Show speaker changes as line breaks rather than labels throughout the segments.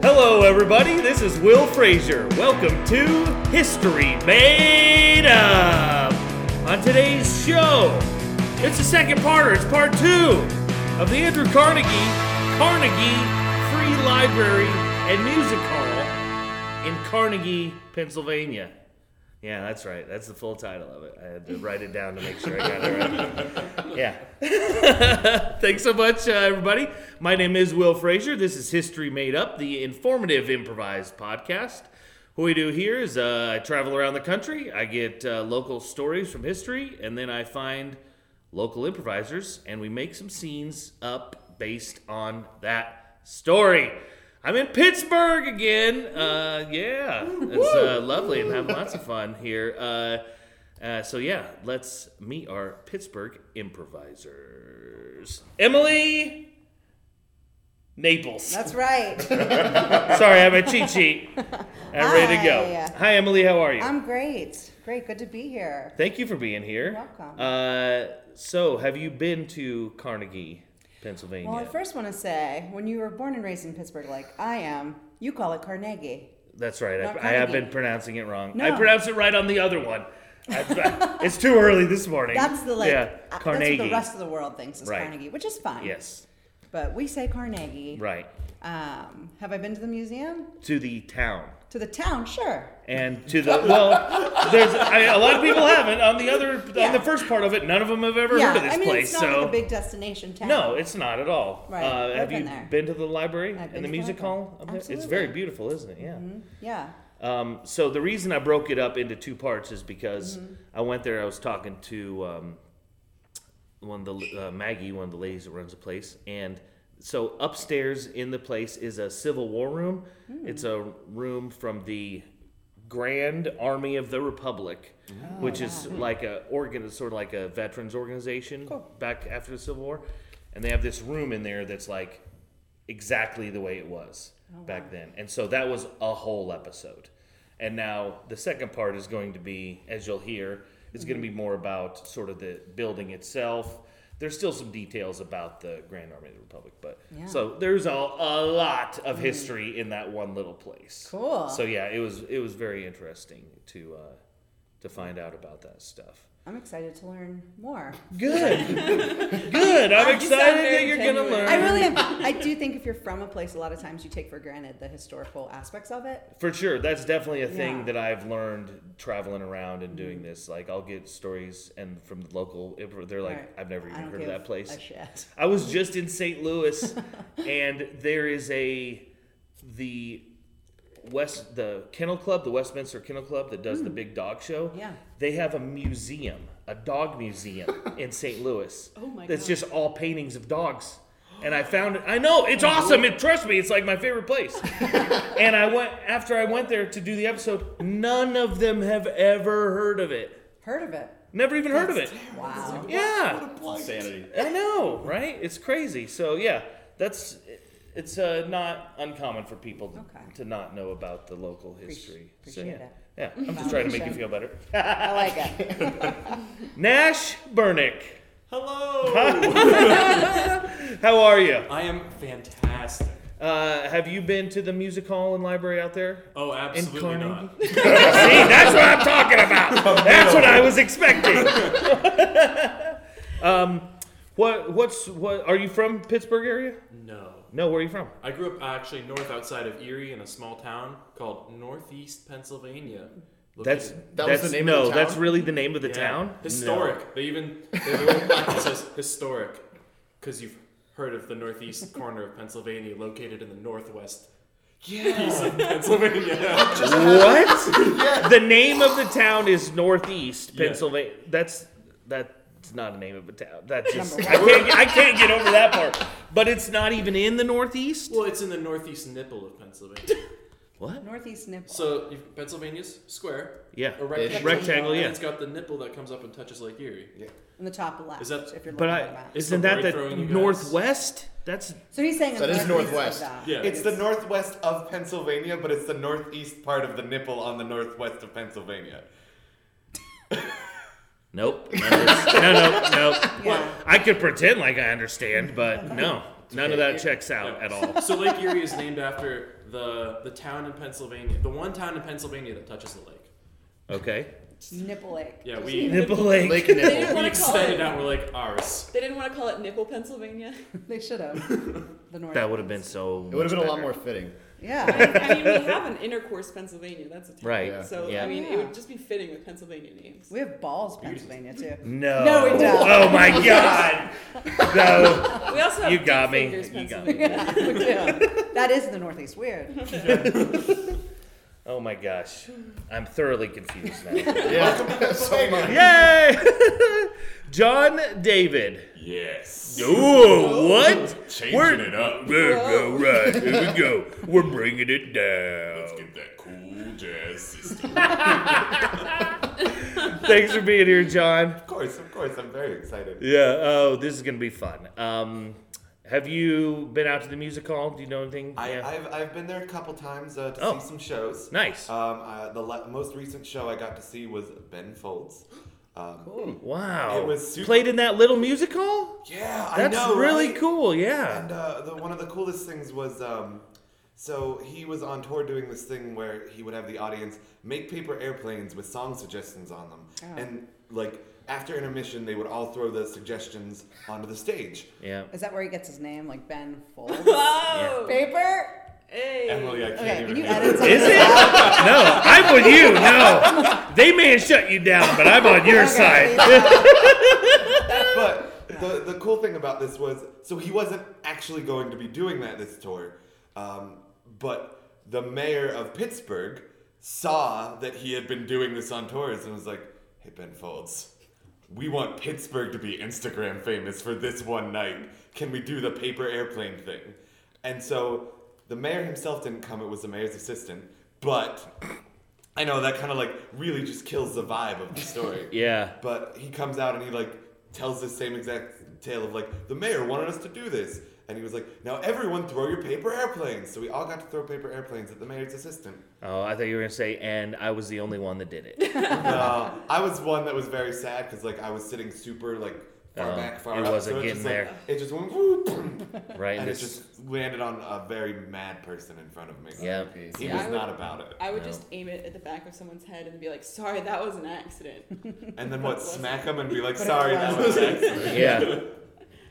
Hello, everybody. This is Will Frazier. Welcome to History Made Up. On today's show, it's the second part, it's part two of the Andrew Carnegie Carnegie Free Library and Music Hall in Carnegie, Pennsylvania. Yeah, that's right. That's the full title of it. I had to write it down to make sure I got it right. Yeah. Thanks so much, uh, everybody. My name is Will Frazier. This is History Made Up, the informative improvised podcast. What we do here is uh, I travel around the country, I get uh, local stories from history, and then I find local improvisers and we make some scenes up based on that story. I'm in Pittsburgh again. Uh, yeah, it's uh, lovely and having lots of fun here. Uh, uh, so yeah, let's meet our Pittsburgh improvisers. Emily Naples.
That's right.
Sorry, I have a cheat sheet. I'm ready to go.
Hi.
Hi, Emily. How are you?
I'm great. Great. Good to be here.
Thank you for being here.
welcome.
Uh, so, have you been to Carnegie, Pennsylvania?
Well, I first want to say when you were born and raised in Pittsburgh, like I am, you call it Carnegie.
That's right.
Not
I, I have
Carnegie.
been pronouncing it wrong. I
No.
pronounced it right on the other one. I- it's too early this morning.
That's the like.
yeah,
uh,
Carnegie.
That's what the rest of the world thinks is
Right.
Carnegie, which is fine.
yes,
But we say Carnegie.
right
Um, have I been to the museum?
to the town.
To the town? Sure.
and to the well there's I, a lot of people haven't on the other on
Yeah.
the first part of it none of them have ever
yeah.
heard of this
I mean,
place
it's not
so
like a big destination town.
no it's not at all
Right.
uh,
I've
have
been
you
there.
been to the library
I've
and
been
the
to the
music
library.
hall up there? it's very
Absolutely.
beautiful isn't it yeah
Mm-hmm. Yeah.
um, so the reason I broke it up into two parts is because I went there. I was talking to um, one of the uh, Maggie, one of the ladies that runs the place, and so upstairs in the place is a Civil War room. It's a room from the Grand Army of the Republic, which is like a organ, sort of like a veterans organization back after the Civil War, and they have this room in there that's like exactly the way it was
Oh,
back then. And so that was a whole episode. And now the second part is going to be, as you'll hear, is going to
Mm-hmm.
be more about sort of the building itself. There's still some details about the Grand Army of the Republic, but
Yeah. Mm.
so there's a, a lot of history in that one little place.
Cool.
So yeah, it was it was very interesting to uh, to find out about that stuff.
I'm excited to learn more.
Good, good. I'm
You sound
excited that
very
you're going to
genuine.
learn.
I really am. I do think if you're from a place, a lot of times you take for granted the historical aspects of it.
For sure, that's definitely a thing
Yeah. Mm.
that I've learned traveling around and doing this. Like, I'll get stories and from the local, they're like,
Right.
"I've never
I
even
don't
heard of
give
that place."
A shit.
I was just in St. Louis, and there is a the West the Kennel Club, the Westminster Kennel Club that does the big dog show.
Hmm. Yeah.
they have a museum, a dog museum in St. Louis.
Oh my
That's
God.
just all paintings of dogs. And I found it. I know it's
Mm-hmm.
awesome. It trust me, it's like my favorite place. and I went after I went there to do the episode. None of them have ever heard of it.
Heard of it?
Never even heard of it.
Wow.
Yeah.
Insanity.
I know, right? It's crazy. So yeah, that's it's uh, not uncommon for people to,
Okay.
to not know about the local history. so, yeah.
appreciate it.
Yeah, I'm just trying to make you feel better.
I like it.
Nash Burnick,
Hello.
how are you?
I am fantastic.
Uh, have you been to the music hall and library out there?
Oh, absolutely
Carnegie?
not.
See, that's what I'm talking about. That's what I was expecting. um, what what's what? Are you from Pittsburgh area?
No.
No, where are you from?
I grew up actually north outside of Erie in a small town called Northeast Pennsylvania. Located-
That's
That was
that's
the name of
no,
the town?
that's really the name of the
Yeah.
town. No.
Historic. They even they it says historic because you've heard of the northeast corner of Pennsylvania, located in the northwest piece of Pennsylvania.
What? The name of the town is Northeast
Yeah.
Pennsylvania. That's that's not a name of a town. That's just I can't get- I can't get over that part. But it's not even in the Northeast.
well, it's in the northeast nipple of Pennsylvania.
What?
Northeast nipple.
So you've, Pennsylvania's square,
Yeah,
a rectangle,
rectangle.
and
Yeah,
it's got the nipple that comes up and touches Lake Erie.
in the top left.
Is that-
if you're
but
looking at
I
that.
isn't
the
that
board
the
throwing you guys?
Northwest? That's
So he's saying
So it is
northeast
northwest.
of that.
Yeah.
It's the northwest of Pennsylvania, but it's the northeast part of the nipple on the northwest of Pennsylvania.
nope. no, no, no.
Yeah.
I could pretend like I understand, but no. None of that checks out
Yeah.
at all.
so Lake Erie is named after the the town in Pennsylvania, the one town in Pennsylvania that touches the lake.
Okay.
Nipple ache.
Yeah, we
Nipple lake.
Lake and
They
Nipple.
didn't
we
want to call it.
extended out. We're like ours.
They didn't want to call it Nipple, Pennsylvania.
They should have. The north.
That would have been so.
It would have been a lot
better.
more fitting.
Yeah.
I mean, we have an intercourse, Pennsylvania. That's a town.
Right.
Yeah.
So
Yeah.
I mean, it would just be fitting with Pennsylvania names.
We have balls, Pennsylvania too.
No.
No, we don't.
Oh my god. No.
We also have
You got
Dick
me.
Fingers,
You got me.
We
Pennsylvania.
do. That is the Northeast weird.
Oh my gosh. I'm thoroughly confused now.
Yeah, so much.
Yay! John David.
Yes.
Ooh, what?
Changing it up.
All right, here we go. We're bringing it down.
Get that cool jazz system.
Thanks for being here, John.
of course, of course. I'm very excited.
Yeah. Oh, this is gonna be fun. Um, have you been out to the music hall? Do you know anything?
I,
yeah.
I've, I've been there a couple times uh, to
Oh.
see some shows.
Nice.
Um, uh, the la- most recent show I got to see was Ben Folds. Um,
wow.
it was super-
played in that little music hall.
Yeah,
That's
I know.
really
right?
cool. Yeah.
And uh, the, one of the coolest things was um, so he was on tour doing this thing where he would have the audience make paper airplanes with song suggestions on them. And like after intermission, they would all throw the suggestions onto the stage.
yeah.
Is that where he gets his name? Like Ben Folds?
Oh,
Paper?
hey.
Emily, I can't
Okay,
even
can you
hear
edit
Is it? No, I'm with you. No, they may have shut you down, but I'm on your
Okay,
side.
But the, the cool thing about this was, so he wasn't actually going to be doing that this tour, um, but the mayor of Pittsburgh saw that he had been doing this on tours and was like, "Hey Ben Folds, we want Pittsburgh to be Instagram famous for this one night. Can we do the paper airplane thing?" And so the mayor himself didn't come; it was the mayor's assistant, but. I know that kind of like really just kills the vibe of the story.
Yeah.
But he comes out and he like tells the same exact tale of like the mayor wanted us to do this, and he was like, "Now everyone throw your paper airplanes." So we all got to throw paper airplanes at the mayor's assistant.
Oh, I thought you were gonna say, and I was the only one that did it.
Uh, I was one that was very sad because like I was sitting super like far
Oh,
back, far
it
up.
wasn't
so
getting
just, Like,
there.
it just went whoop, boom,
Right.
and it
This-
just landed on a very mad person in front of me.
Yeah.
he
Yeah,
was
I would-
not about it.
I would just aim it at the back of someone's head and be like, "Sorry, that was an accident."
And then what?
Bless
Smack him and be like, "Sorry, that
was-
was an accident."
Yeah.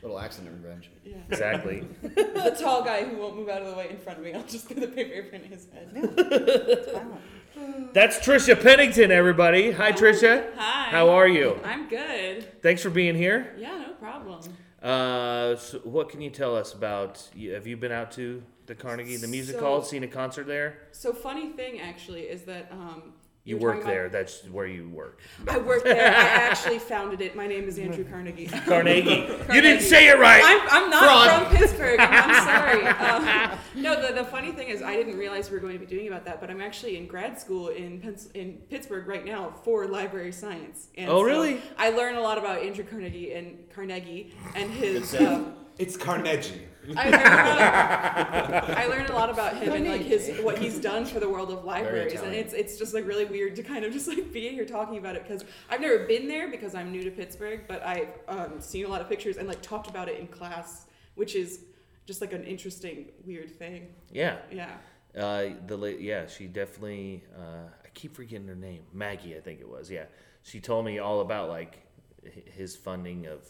Little accident revenge.
Yeah.
Exactly.
the tall guy who won't move out of the way in front of me, I'll just throw the paper airplane at his head.
Wow.
That's Trisha Pennington, everybody. Hi, Trisha.
Hi.
How are you?
I'm good.
Thanks for being here.
Yeah, no problem.
Uh, so what can you tell us about? you- Have you been out to the Carnegie, the music
So-
hall, seen a concert there?
So funny thing actually is that um,
You
were
work
talking
there.
about-
That's where you work.
I work there. I actually founded it. My name is Andrew Carnegie.
Carnegie. You didn't
Carnegie.
say it right.
I'm, I'm not
Fraud.
from Pittsburgh. I'm, I'm sorry. Um, no, the, the funny thing is, I didn't realize we were going to be doing about that, but I'm actually in grad school in Pens- in Pittsburgh right now for library science. And
Oh,
so
really?
I learn a lot about Andrew Carnegie and Carnegie and his. Um,
It's Carnegie.
I learned, a lot of- I learned a lot about him and like his what he's done for the world of libraries, and
Italian.
it's it's just like really weird to kind of just like be here talking about it because I've never been there because I'm new to Pittsburgh, but I've um, seen a lot of pictures and like talked about it in class, which is just like an interesting weird thing.
yeah.
Yeah,
Uh, the la- yeah, she definitely. Uh, I keep forgetting her name. Maggie, I think it was. Yeah, she told me all about like h- his funding of.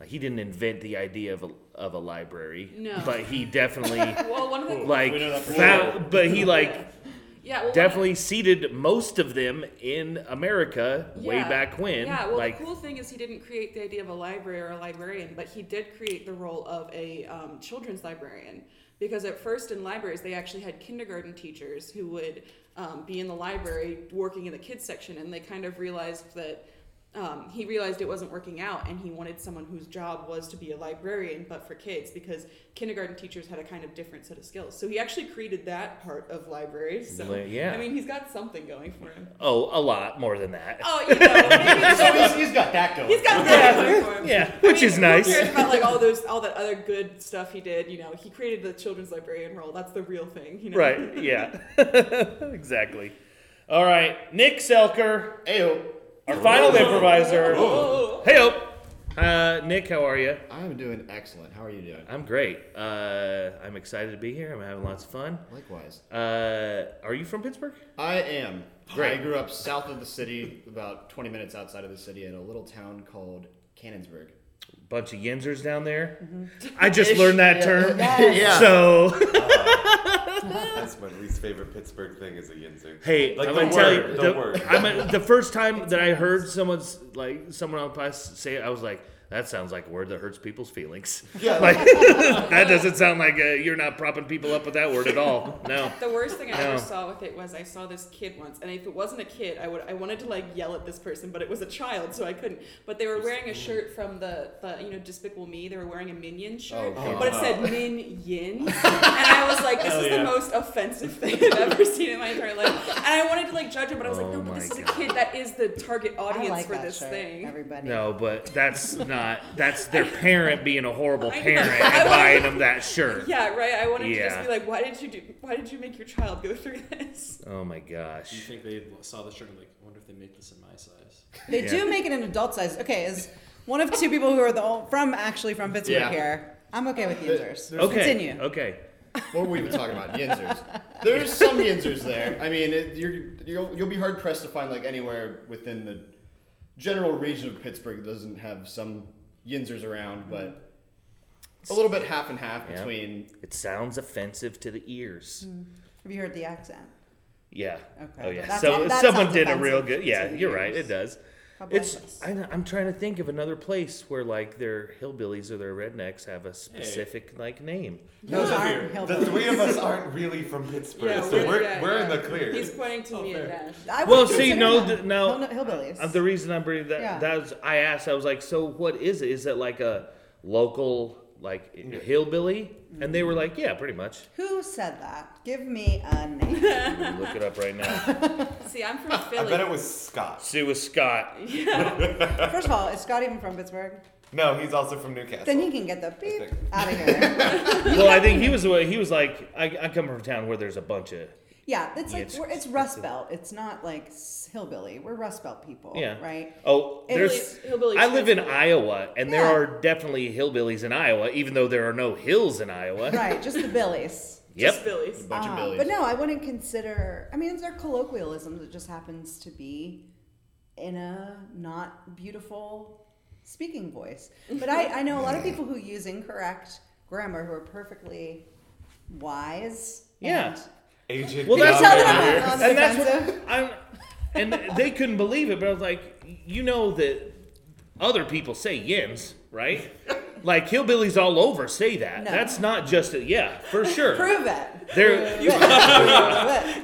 Like, he didn't invent the idea of a, of a library,
No.
but he definitely
well, one of the
like
We know that for
found, but he like
yeah well, one-
definitely seeded most of them in America way
Yeah.
back when.
Yeah, well,
like
the cool thing is he didn't create the idea of a library or a librarian, but he did create the role of a um, children's librarian. Because at first in libraries, they actually had kindergarten teachers who would um, be in the library working in the kids section, and they kind of realized that. Um, he realized it wasn't working out and he wanted someone whose job was to be a librarian but for kids because kindergarten teachers had a kind of different set of skills so he actually created that part of libraries so
Li- yeah.
i mean he's got something going for him
oh, a lot more than that.
oh you know maybe
So he's, he's got that going.
He's got that going for him.
yeah,
I
which
mean,
is
who
nice.
cares about like all those, all that other good stuff he did. You know, he created the children's librarian role. That's the real thing. You know,
Right? Yeah, exactly. All right, Nick Selker,
Ayo.
our final improviser.
Oh,
Hey up. Uh, Nick, how are you?
I'm doing excellent. How are you doing?
I'm great. Uh, I'm excited to be here. I'm having lots of fun.
Likewise.
Uh, are you from Pittsburgh?
I am.
Great.
I grew up south of the city, about 20 minutes outside of the city, in a little town called Cannonsburg.
Bunch of Yinzers down there.
Mm-hmm.
I just
Ish,
learned that
yeah.
term.
Yeah. Uh,
So
That's my least favorite Pittsburgh thing is a yinzer.
hey,
Like
I'm
the
gonna tell
word,
you
the
the,
word.
I'm a, the first time that I heard someone's like someone on class say it, I was like, that sounds like a word that hurts people's feelings.
Yeah,
like that doesn't sound like uh you're not propping people up with that word at all. No.
The worst thing I ever
No.
saw with it was I saw this kid once, and if it wasn't a kid, I would I wanted to like yell at this person, but it was a child, so I couldn't. But they were wearing a shirt from the, the you know Despicable Me. They were wearing a Minion shirt,
Oh, God.
but it said Minions, and I was like, this is the most offensive thing I've ever seen in my entire life. And I wanted to like judge it, but I was like, no,
Oh,
but this
my
is a
God.
kid. That is the target
I
audience
like
for
that
this
shirt,
thing.
Everybody.
No, but that's not. That's their parent being a horrible
I know.
parent and buying them that shirt.
Yeah, right. I wanted to
Yeah.
just be like, why did you do? Why did you make your child go through this?
Oh my
Do you
gosh.
think they saw the shirt and like, I wonder if they make this in my size?
They
Yeah.
do make it an adult size. Okay, is one of two people who are the ol- from actually from Pittsburgh
Yeah.
here. I'm okay with users.
Okay.
Continue.
Okay.
What were we even talking about? Yinzers. There's some Yinzers there. I mean, it, you're, you'll, you'll be hard pressed to find like anywhere within the general region of Pittsburgh that doesn't have some Yinzers around, but a little bit half and half
Yeah.
between.
It sounds offensive to the ears.
Have you heard the accent?
Yeah.
Okay.
Oh yeah.
That's-
So
that
someone
sounds
did a
offensive
real good. Yeah,
to the
you're right.
ears.
It does.
God bless
It's.
us.
I, know- I'm trying to think of another place where like their hillbillies or their rednecks have a specific like name.
No,
Those
the-
aren't
the
hillbillies.
three of us aren't really from Pittsburgh,
Yeah,
so
we're-
we're, we're,
yeah, yeah.
in the clear.
He's pointing to me and Dash.
I
Well,
would
see,
consider
no,
them
th- now-
hill- hillbillies.
Uh, the reason I'm bringing that
Yeah.
that was I asked. I was like, so what is it? Is it like a local like hillbilly? And they were
Mm-hmm.
like, yeah, pretty much.
Who said that? Give me a name.
Let me look it up right now.
See, I'm from
I
Philly.
bet it was Scott.
Sue was Scott.
First of all, is Scott even from Pittsburgh?
No, he's also from Newcastle.
Then he can get the beep
think.
out of here.
Well, I think he was the way he was like, I, I come from a town where there's a bunch of
Yeah, it's
Yeah,
like
it's
we're, it's Rust Belt. It's not like s- hillbilly. We're Rust Belt people,
yeah.
right?
Oh,
At
there's.
least hillbilly
I live in
Pittsburgh.
Iowa, and there
Yeah.
are definitely hillbillies in Iowa, even though there are no hills in Iowa.
Right, just the billies.
Yep.
Just Phillies.
A bunch
Uh,
of billies.
but no, I wouldn't consider. I mean, they're colloquialisms. It just happens to be in a not beautiful speaking voice. But I, I know a lot of people who use incorrect grammar who are perfectly wise.
Yeah.
and-
Agent
Well, that's
Tell
how
Beyond
them
Measure.
I'm on the
and that's
defensive.
what I'm, and they couldn't believe it. But I was like, you know that other people say yins, right? Like hillbillies all over say that.
No.
That's not just a yeah, for sure.
Prove it.
There,
Prove it.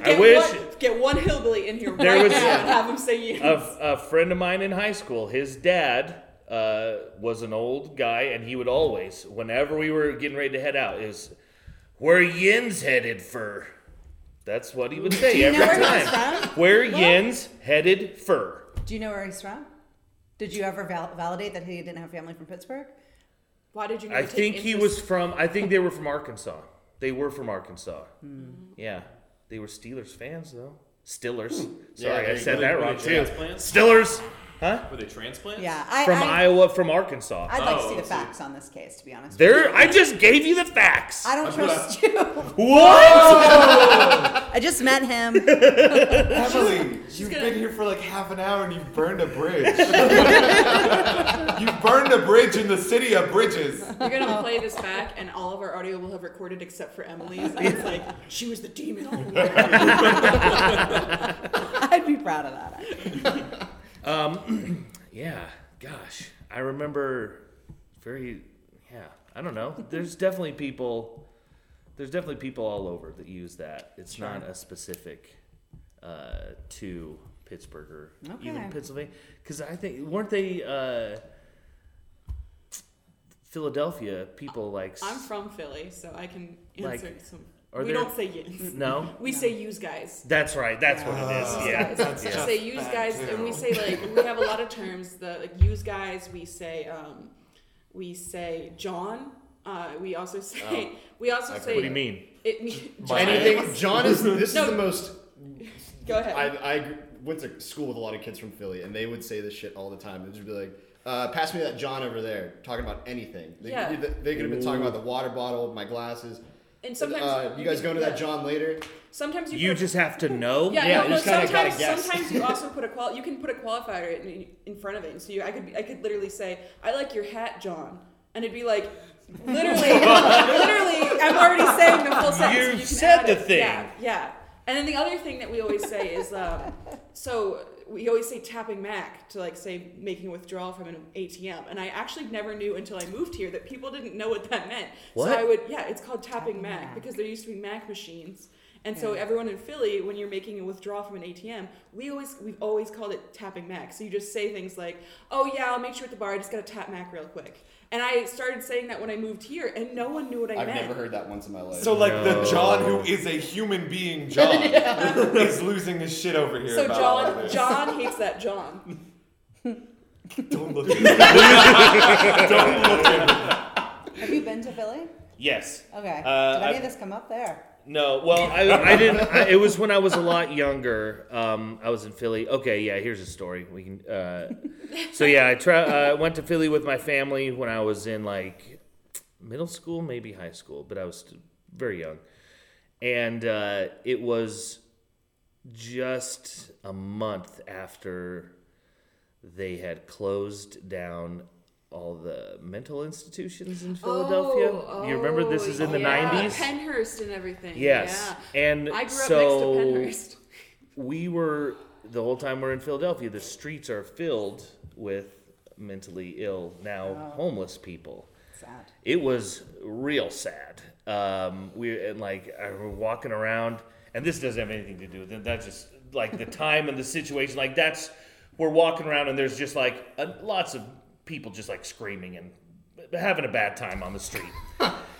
I wish
One, get one hillbilly in here
There
right
was-
now and have him say you.
a, a friend of mine in high school, his dad uh, was an old guy, and he would always, whenever we were getting ready to head out, is where yins headed for. That's what he would say
you
every
know where
time.
he's from?
Where
Well-
yins headed fur.
Do you know where he's from? Did you ever val- validate that he didn't have family from Pittsburgh?
Why did you? Not
I
take
think he was
interest-
from. I think they were from Arkansas. They were from Arkansas.
Hmm.
Yeah, they were Steelers fans though. Stillers.
Hmm.
Sorry,
there
I
you
said
go.
that
Were
wrong
they
too.
transplants?
Stillers, huh?
Were they transplants?
Yeah, I,
From
I,
Iowa, from Arkansas.
I'd like to see
Oh,
the
see.
facts on this case, to be honest. with
there, I just gave you the facts.
you. I don't trust you.
what?
I just met him.
Emily, you've
gonna-
been here for like half an hour and you've burned a bridge. you've burned a bridge in the city of bridges.
You're gonna play this back, and all of our audio will have recorded except for Emily's. And it's like she was the demon. all along.
I'd be proud of that. actually.
Um, yeah. Gosh, I remember very. Yeah, I don't know. There's definitely people. There's definitely people all over that use that. It's not a specific uh, to Pittsburgh or
Okay.
even Pennsylvania. Because I think weren't they uh, Philadelphia people like? s-
I'm from Philly, so I can
Like,
answer some.
are
We
there-
don't say yins.
no,
We say use guys.
that's right. That's what it
Ah.
is. Yeah.
That's
We
just
say use
bad,
guys, and we
too.
say like we have a lot of terms. The like use guys, we say um, we say John. Uh, we also say we also say.
Oh. What do you mean?
It mean,
Anything. John is. This
No.
is the most.
Go ahead.
I, I went to school with a lot of kids from Philly, and they would say this shit all the time. It would just be like, uh, pass me that John over there talking about anything. They,
Yeah.
they, they could have been talking about the water bottle, my glasses.
And sometimes
uh, you guys
go
going to that John later?
Sometimes you
You
put-
just have to know.
Yeah,
Yeah,
no,
you
no,
just kinda gotta
sometimes
guess.
sometimes you also put a qual you can put a qualifier in, in front of it. And so you, I could I could literally say I like your hat, John, and it'd be like literally literally I'm already saying the full sentence. so
You've
you can
said
add
the
it.
thing.
Yeah, yeah. And then the other thing that we always say is um, so we always say tapping Mac to like say making a withdrawal from an ATM, and I actually never knew until I moved here that people didn't know what that meant.
What?
So I would yeah, it's called
Tapping
tapping, Mac
Mac.
because there used to be Mac machines. And so
Yeah.
everyone in Philly, when you're making a withdrawal from an ATM, we always we've always called it tapping Mac. So you just say things like, "Oh yeah, I'll make sure at the bar. I just gotta tap Mac real quick." And I started saying that when I moved here, and no one knew what I
I've
meant.
never heard that once in my life.
So like the John who is a human being John is losing his shit over here.
so
about all
John
this.
John hates that John.
don't look. At me.
Have you been to Philly?
Yes.
Okay.
Uh,
Did any of
I-
this come up there?
No. Well, I, I didn't. I, it was when I was a lot younger. Um, I was in Philly. Okay. Yeah. Here's a story. We can. Uh, so yeah, I tra- uh, went to Philly with my family when I was in like middle school, maybe high school, but I was st- very young, and uh, it was just a month after they had closed down all the mental institutions in Philadelphia. you remember this is in the
Oh, yeah.
90s?
Uh, Penhurst and everything.
Yes.
Yeah.
And
I grew
so
up next to Penhurst.
we were the whole time we're in Philadelphia, the streets are filled with mentally ill, now
Oh.
homeless people.
Sad.
It was real sad. Um, we and like I were walking around, and this doesn't have anything to do with it. That's just like the time and the situation. Like that's we're walking around, and there's just like a, lots of people just like screaming and having a bad time on the street.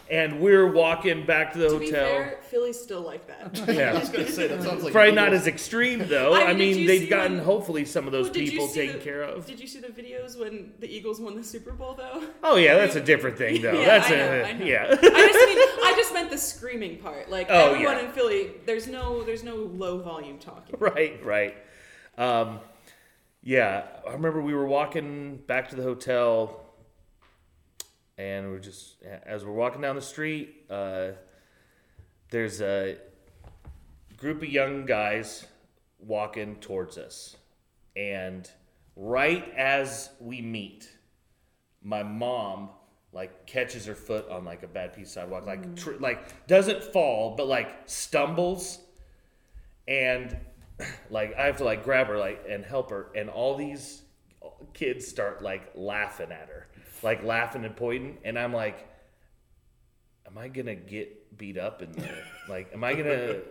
and we're walking back to the
To
hotel.
be fair, Philly's still like that.
yeah.
I was gonna say that sounds like
Probably not as extreme though.
I
I
mean, did
mean,
you
they've
see
gotten
when-
hopefully some of those
Well, did you
people
see
taken
the-
care of.
Did you see the videos when the Eagles won the Super Bowl though?
Oh yeah, that's a different thing though.
Yeah,
that's
I
a
know, I know.
yeah.
I just mean I just meant the screaming part. Like
Oh,
everyone
yeah.
in Philly, there's no there's no low volume talking.
right, right. Um, yeah, I remember we were walking back to the hotel, and we're just as we're walking down the street. Uh, there's a group of young guys walking towards us, and right as we meet, my mom like catches her foot on like a bad piece of sidewalk, like tr- like doesn't fall, but like stumbles and like I have to like grab her like and help her, and all these kids start like laughing at her, like laughing and pointing, and I'm like, am I gonna get beat up in there? Like, am I gonna?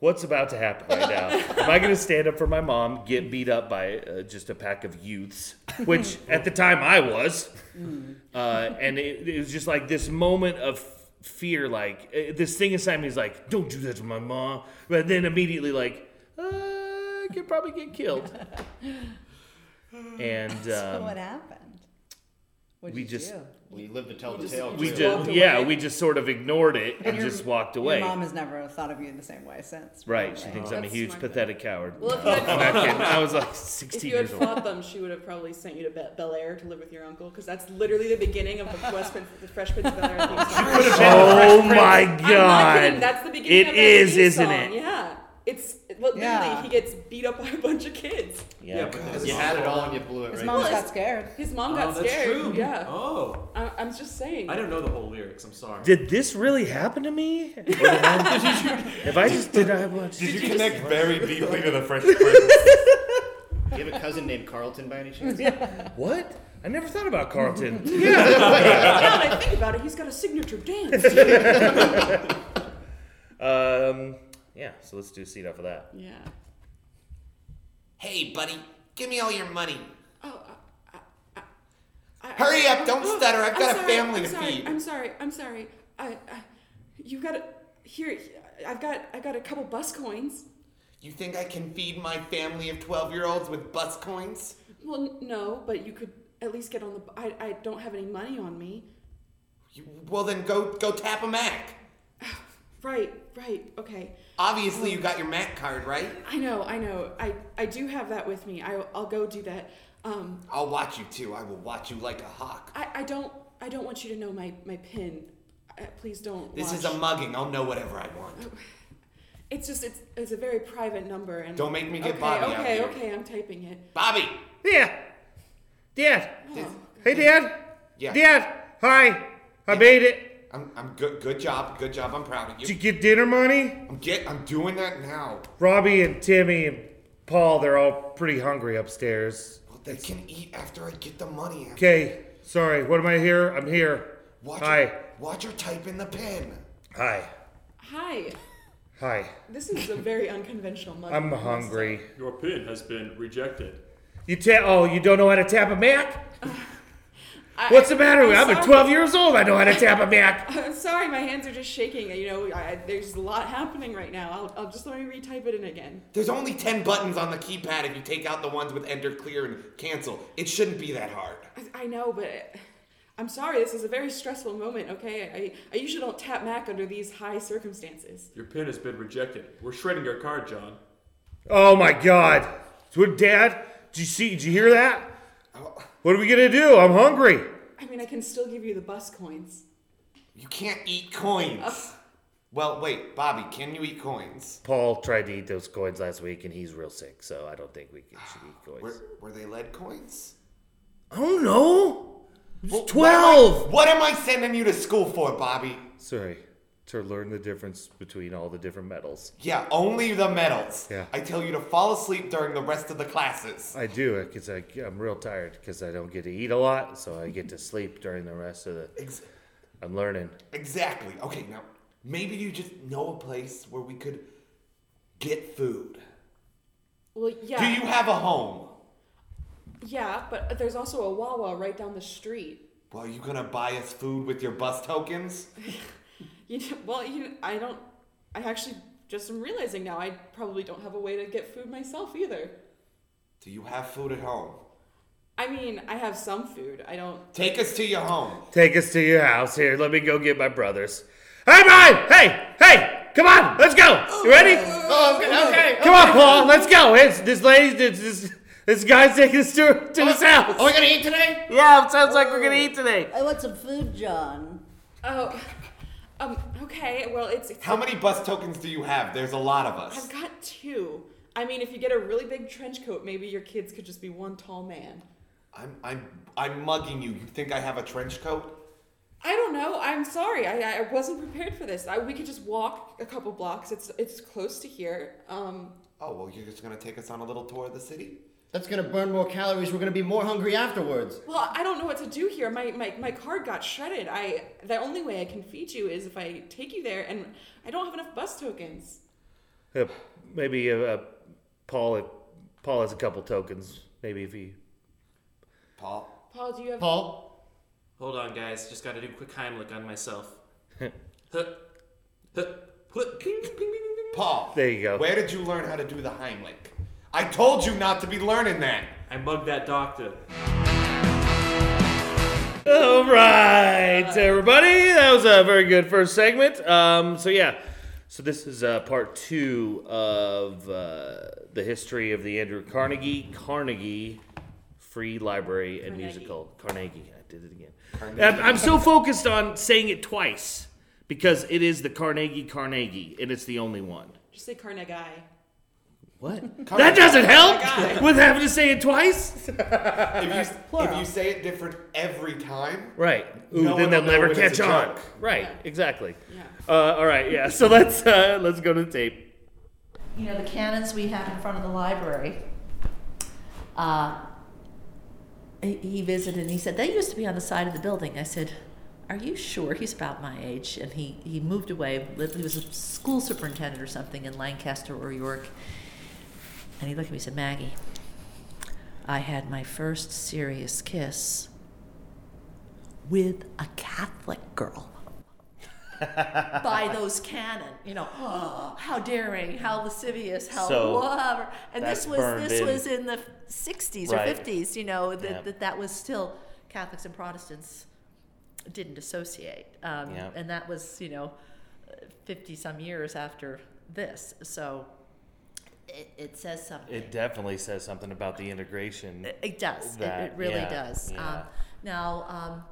What's about to happen right now? Am I going to stand up for my mom, get beat up by uh, just a pack of youths, which at the time I was?
Mm.
uh, and it, it was just like this moment of fear. Like uh, this thing inside me is like, "Don't do that to my mom," but then immediately like, uh, "I could probably get killed." and um,
So what happened? What did
we
you
just-
do?
We live to tell the tale.
we
too.
just
walked
yeah,
away.
we just sort of ignored it and,
your-
just walked away.
Your mom has never thought of you in the same way since.
Right, she
probably.
thinks I'm a
That's
huge
smart.
pathetic coward.
Well, if you had-
I'm not kidding. I was like
If
16
you had
years old.
fought them, she would have probably sent you to Be- Bel Air to live with your uncle, because that's literally the beginning of the West Prince, the Fresh Prince of Bel Air theme song.
Oh my
I'm not kidding,
god!
that's the beginning.
It
of that
is,
theme
isn't
song,
it?
Yeah, it's well, literally
Yeah.
he gets beat up by a bunch of kids.
Yeah.
You had it all and you blew it.
His
right
mom
there.
got scared.
His mom
Oh,
got
that's
scared.
true.
Yeah,
Oh,
I- I'm just saying.
I don't know the whole lyrics. I'm sorry.
Did this really happen to me? Or did I- if I just did, I watch.
Did you connect very deeply to the French Prince?
Do you have a cousin named Carlton by any chance?
What? I never thought about Carlton.
now that I think about it, he's got a signature dance.
um, yeah, so let's do a seat off of that.
yeah.
Hey, buddy, give me all your money.
Oh. I- I- I- I-
Hurry up, don't
Oh,
stutter, I've
I'm
got a
sorry,
family
I'm
to
sorry,
feed.
I'm sorry. I'm sorry. I, I you got to here I've got I got a couple bus coins.
You think I can feed my family of 12 year olds with bus coins?
Well, n- no, but you could at least get on the b- I I don't have any money on me.
You, well, then go, go tap a Mac.
Right, right. Okay. Um,
Obviously, you got your Mac card, right?
I know, I know. I I do have that with me. I I'll go do that. Um,
I'll watch you too. I will watch you like a hawk.
I, I don't I don't want you to know my my pin. Uh, please don't.
This is
watch.
a mugging. I'll know whatever I want.
It's just it's it's a very private number and.
Don't make me get
okay,
Bobby
Okay,
out here.
okay, I'm typing it.
Bobby.
Yeah. Dad.
Oh,
Hey, Dad.
Yeah.
Dad. Hi. I made it.
I'm, I'm good. Good job. Good job. I'm proud of
Did you
you.
get dinner money?
I'm get. I'm doing that now.
Robbie and Timmy and Paul, they're all pretty hungry upstairs.
Well, they can eat after I get the money. After.
Okay, sorry, what am I here? I'm here.
Watch
Hi.
her. Watch her type in the pen.
Hi.
hi.
Hi.
This is a very unconventional mug.
I'm hungry.
Your pin has been rejected.
You ta- oh, you don't know how to tap a Mac?
I-
What's the matter with
I'm
I'm a
sorry.
12 years old. I know how to tap a Mac.
I'm sorry, my hands are just shaking. You know, I, I- there's a lot happening right now. I'll, I'll just let me retype it in again.
There's only 10 buttons on the keypad if you take out the ones with enter, clear, and cancel. It shouldn't be that hard.
I, I know, but I'm sorry. This is a very stressful moment. Okay, I, I usually don't tap Mac under these high circumstances.
Your pin has been rejected. We're shredding your card, John.
Oh my God. What, Dad? Did you see? Did you hear that?
Oh.
What are we gonna do? I'm hungry.
I mean, I can still give you the bus coins. Uh,
You can't eat coins. Well, wait, Bobby, can you eat coins?
Paul tried to eat those coins last week, and he's real sick, so I don't think we can, should eat coins.
Were, were they lead coins?
I don't know.
Well, what am I-
12.
What am, I, sending you to school for, Bobby?
Sorry, to learn the difference between all the different metals.
Yeah, only the medals.
Yeah.
I tell you to fall asleep during the rest of the classes.
I do because I'm real tired because I don't get to eat a lot, so I get to sleep during the rest of the.
Ex-
I'm learning.
exactly. Okay, now, maybe you just know a place where we could get food.
Well, yeah,
Do you have a home?
yeah, but there's also a Wawa right down the street.
Well, are you gonna buy us food with your bus tokens?
You know, well, you, I don't. I actually just am realizing now I probably don't have a way to get food myself either.
Do you have food at home?
I mean, I have some food. I don't.
Take us to your home.
Take us to your house here. Let me go get my brothers. Hey, Brian! Hey, hey! Come on, let's go. You ready?
Oh, okay, okay.
Come on, Paul. Let's go. It's, this lady's this, this this guy's taking us to to his house.
Are we gonna eat today?
Yeah, it sounds like we're gonna eat today.
I want some food, John.
Oh, um. Okay. Well, it's. it's
How many bus tokens do you have? There's a lot of us.
I've got two. I mean, if you get a really big trench coat, maybe your kids could just be one tall man.
I'm I'm I'm mugging you. You think I have a trench coat?
I don't know. I'm sorry. I, I wasn't prepared for this. I, we could just walk a couple blocks. It's it's close to here. Um,
Oh well, you're just gonna take us on a little tour of the city.
That's gonna burn more calories. We're gonna be more hungry afterwards.
well, I don't know what to do here. My, my my card got shredded. I the only way I can feed you is if I take you there, and I don't have enough bus tokens.
Uh, maybe uh, uh, Paul. Paul has a couple tokens. Maybe if he
Paul,
Paul, do you have?
Paul,
Hold on, guys. Just gotta do a quick Heimlich on myself. Huh. Huh. Huh. Ping, ping, ping, ping, ping.
Paul.
There you go.
Where did you learn how to do the Heimlich? I told you not to be learning that.
I mugged that doctor.
All right, everybody. That was a very good first segment. Um, so yeah, so this is uh, part two of uh, the history of the Andrew Carnegie Carnegie Free Library and
Carnegie.
Musical Carnegie. I did it again. I'm, I'm so focused on saying it twice because it is the Carnegie Carnegie, and it's the only one.
Just say Carnegie.
What? That
Oh
doesn't help with having to say it twice,
If you, if you say it different every time,
right? Ooh,
No
then
one
they'll
will know
never
when
catch
it's a
on.
joke.
Right? Exactly.
Yeah.
Uh, all right, yeah. So let's uh, let's go to the tape.
you know, the cannons we have in front of the library. Uh, he- he visited and he said, they used to be on the side of the building. I said, are you sure? He's about my age. And he, he moved away. He was a school superintendent or something in Lancaster or York. And he looked at me and said, Maggie, I had my first serious kiss with a Catholic girl by those canon. You know, how daring, how lascivious, how
So,
whatever. And this
that's
was
burned
this
in.
was in the 60s
Right.
or 50s. You know that,
Yeah.
that that was still Catholics and Protestants didn't associate, um,
Yeah.
and that was you know 50 some years after this. So it, it says something.
It definitely says something about the integration.
It- It does. It- it,
That-
really
yeah,
does. Um,
yeah.
now, um,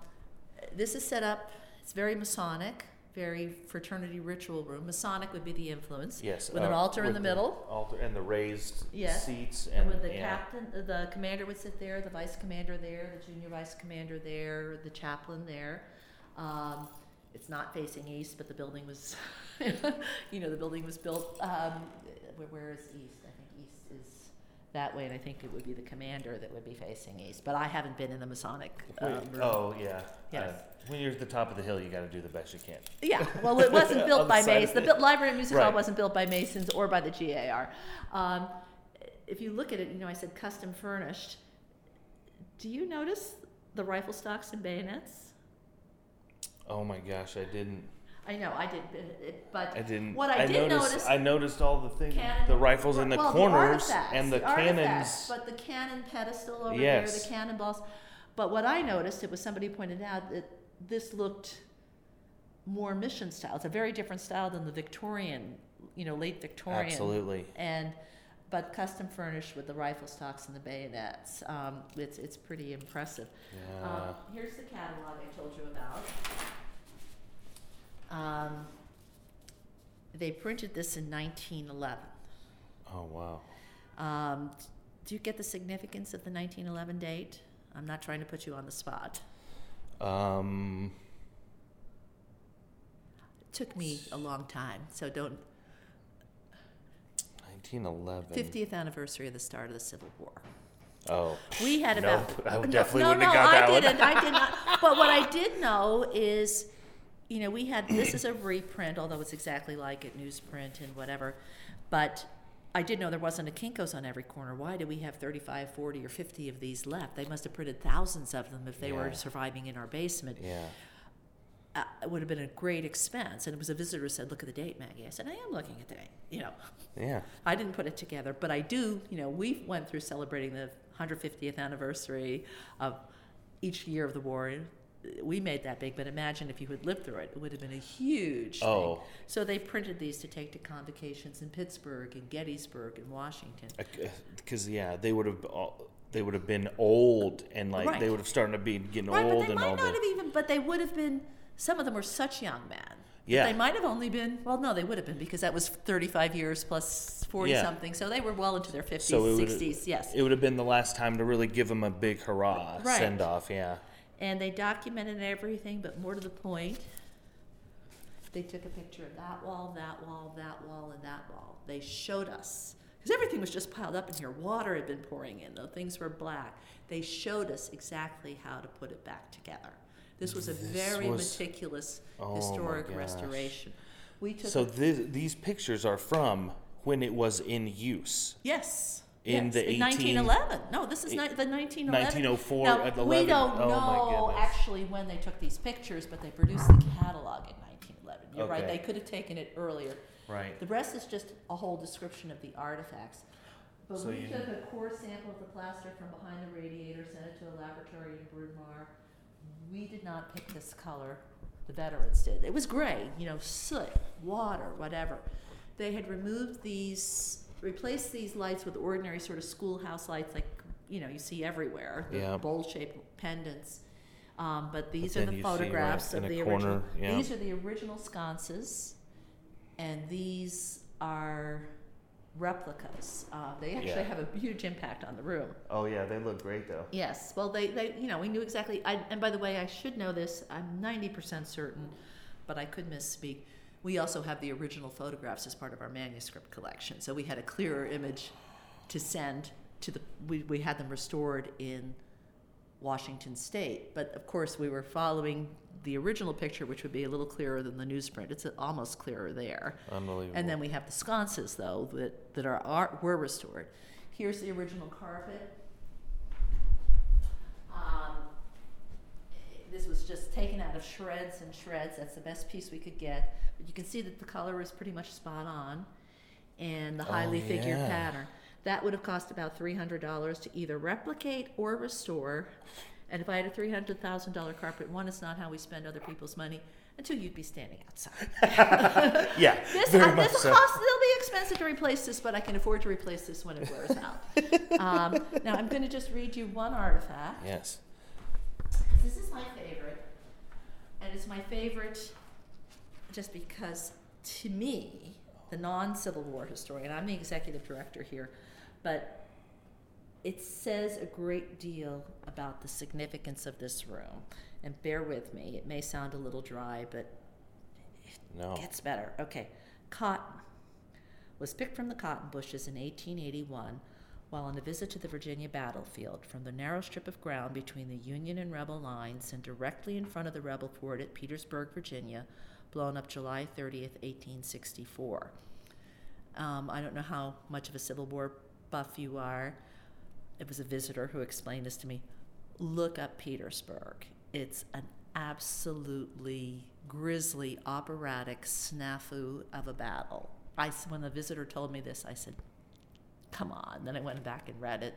this is set up. It's very Masonic, very fraternity ritual room. Masonic would be the influence.
Yes.
With an
uh,
altar in
with
the middle.
Altar and the raised
Yes.
seats
And
and,
with the
yeah.
captain, the commander would sit there, the vice commander there, the junior vice commander there, the chaplain there. Um, it's not facing east, but the building was, you know, the building was built. Um, where, where is east? I think east is that way, and I think it would be the commander that would be facing east. But I haven't been in the Masonic um,
Wait,
room.
oh yeah.
Yes.
Uh, when you're at the top of the hill, you got to do the best you can.
Yeah, well, it wasn't
On
built
the
by
side of
Masons. The
it.
built Library and Music Hall
Right.
wasn't built by Masons or by the GAR. Um, if you look at it, you know, I said custom furnished. Do you notice the rifle stocks and bayonets?
Oh my gosh, I didn't.
I know I did, but- it- but
I didn't.
what I, did
noticed,
notice,
I noticed all the things,
cannon-
the rifles in the
well,
corners
artifacts,
and the,
artifacts,
cannons.
but the cannon pedestal over there,
Yes.
the cannonballs. But what I noticed, it was somebody pointed out that this looked more mission style. It's a very different style than the Victorian, you know, late Victorian.
Absolutely.
And but custom furnished with the rifle stocks and the bayonets. Um, it's it's pretty impressive. Um,
Yeah.
here's the catalog I told you about. Um, they printed this in 1911.
oh wow.
Um, do you get the significance of the 1911 date? I'm not trying to put you on the spot.
Um,
It took me a long time, so don't.
1911.
50th anniversary of the start of the Civil War.
Oh.
We had
Nope,
about.
I
no,
definitely
no,
wouldn't have
no,
got that
I
one.
didn't. I did not. But what I did know is, you know, we had this is a reprint, although it's exactly like it, newsprint and whatever. But I did know there wasn't a Kinkos on every corner. Why do we have 35, 40, or 50 of these left? They must have printed thousands of them if they were
Yeah.
surviving in our basement.
Yeah.
uh, it would have been a great expense. And it was a visitor who said, "Look at the date, Maggie." I said, "I am looking at the date." You know,
Yeah.
I didn't put it together, but I do. You know, we went through celebrating the 150th anniversary of each year of the war. We made that big, but imagine if you had lived through it; it would have been a huge
Oh.
thing. So they printed these to take to convocations in Pittsburgh and Gettysburg and Washington.
uh, Because yeah, they would have all. They would have been old and like
Right.
they would have started to be getting
Right,
old
but they
and
might
all
not
that.
have even. But they would have been. Some of them were such young men. that
Yeah.
They might have only been. Well, no, they would have been because that was 35 years plus 40
Yeah.
something. So they were well into their 50s,
So it would-
60s. Yes.
It would have been the last time to really give them a big hurrah
Right.
send off. Yeah.
and they documented everything, but more to the point, they took a picture of that wall, that wall, that wall, and that wall. They showed us. Because everything was just piled up in here. Water had been pouring in, though things were black. They showed us exactly how to put it back together. This was a very
was-
meticulous
Oh my
historic
gosh.
restoration. We took
So
a-
thi- these pictures are from when it was in use.
Yes.
In
yes,
the 18
1911. No, this is ni- the 1911.
1904
Now,
at
we
11.
don't
Oh, my
know
goodness.
actually when they took these pictures, but they produced the catalog in 1911. You're right.
Okay.
They could have taken it earlier.
Right.
The rest is just a whole description of the artifacts. But
So
we
you-
took a core sample of the plaster from behind the radiator, sent it to a laboratory in Bryn Mawr. We did not pick this color. The veterans did. It was gray, you know, soot, water, whatever. They had removed these, replaced these lights with ordinary sort of schoolhouse lights, like you know you see everywhere, the
Yeah.
bowl-shaped pendants. Um, but these are
then
the
you see right
photographs
in
of
a
the
corner,
original.
yeah.
These are the original sconces and these are replicas. Uh, they actually
Yeah.
have a huge impact on the room.
Oh yeah, they look great though.
Yes. Well, they, they you know, we knew exactly. I, and by the way, I should know this. I'm 90% certain, but I could misspeak. We also have the original photographs as part of our manuscript collection. So we had a clearer image to send to the. We, we had them restored in Washington State. But of course, we were following the original picture, which would be a little clearer than the newsprint. It's almost clearer there.
Unbelievable.
And then we have the sconces, though, that, that are, are were restored. Here's the original carpet. Um, this was just taken out of shreds and shreds. That's the best piece we could get. But you can see that the color is pretty much spot on, and
Oh,
the highly figured
yeah.
pattern. That would have cost about three hundred dollars to either replicate or restore. And if I had a three hundred thousand dollar carpet, one, it's not how we spend other people's money. until you'd be standing outside.
Yeah,
This,
very
uh,
much
this
so.
will cost, it'll be expensive to replace this, but I can afford to replace this when it wears out. um, now, I'm going to just read you one artifact.
Yes.
This is my favorite, and it's my favorite just because, to me, the non Civil War historian, I'm the executive director here, but it says a great deal about the significance of this room. And bear with me, it may sound a little dry, but
No.
gets better. Okay. Cotton was picked from the cotton bushes in 1881 while on a visit to the Virginia battlefield from the narrow strip of ground between the Union and Rebel lines and directly in front of the Rebel fort at Petersburg, Virginia, blown up July 30th, 1864. Um, I don't know how much of a Civil War buff you are. It was a visitor who explained this to me. Look up Petersburg. It's an absolutely grisly, operatic snafu of a battle. I, s- when the visitor told me this, I said, come on. Then I went back and read it.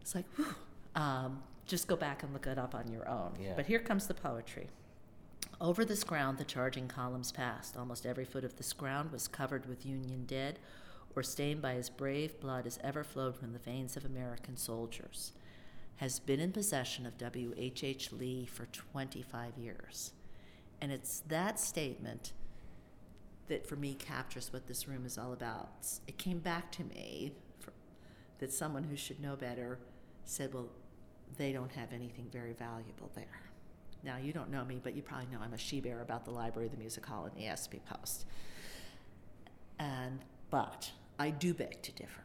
It's like, whew. Um, just go back and look it up on your own.
Yeah.
But here comes the poetry. Over this ground, the charging columns passed. Almost every foot of this ground was covered with Union dead or stained by as brave blood as ever flowed from the veins of American soldiers. Has been in possession of W.H.H. H. Lee for 25 years. And it's that statement that for me captures what this room is all about. S- It came back to me for, that someone who should know better said, Well, they don't have anything very valuable there. Now, you don't know me, but you probably know I'm a she bear about the library, the music hall, and the ESP post. And, but I do beg to differ.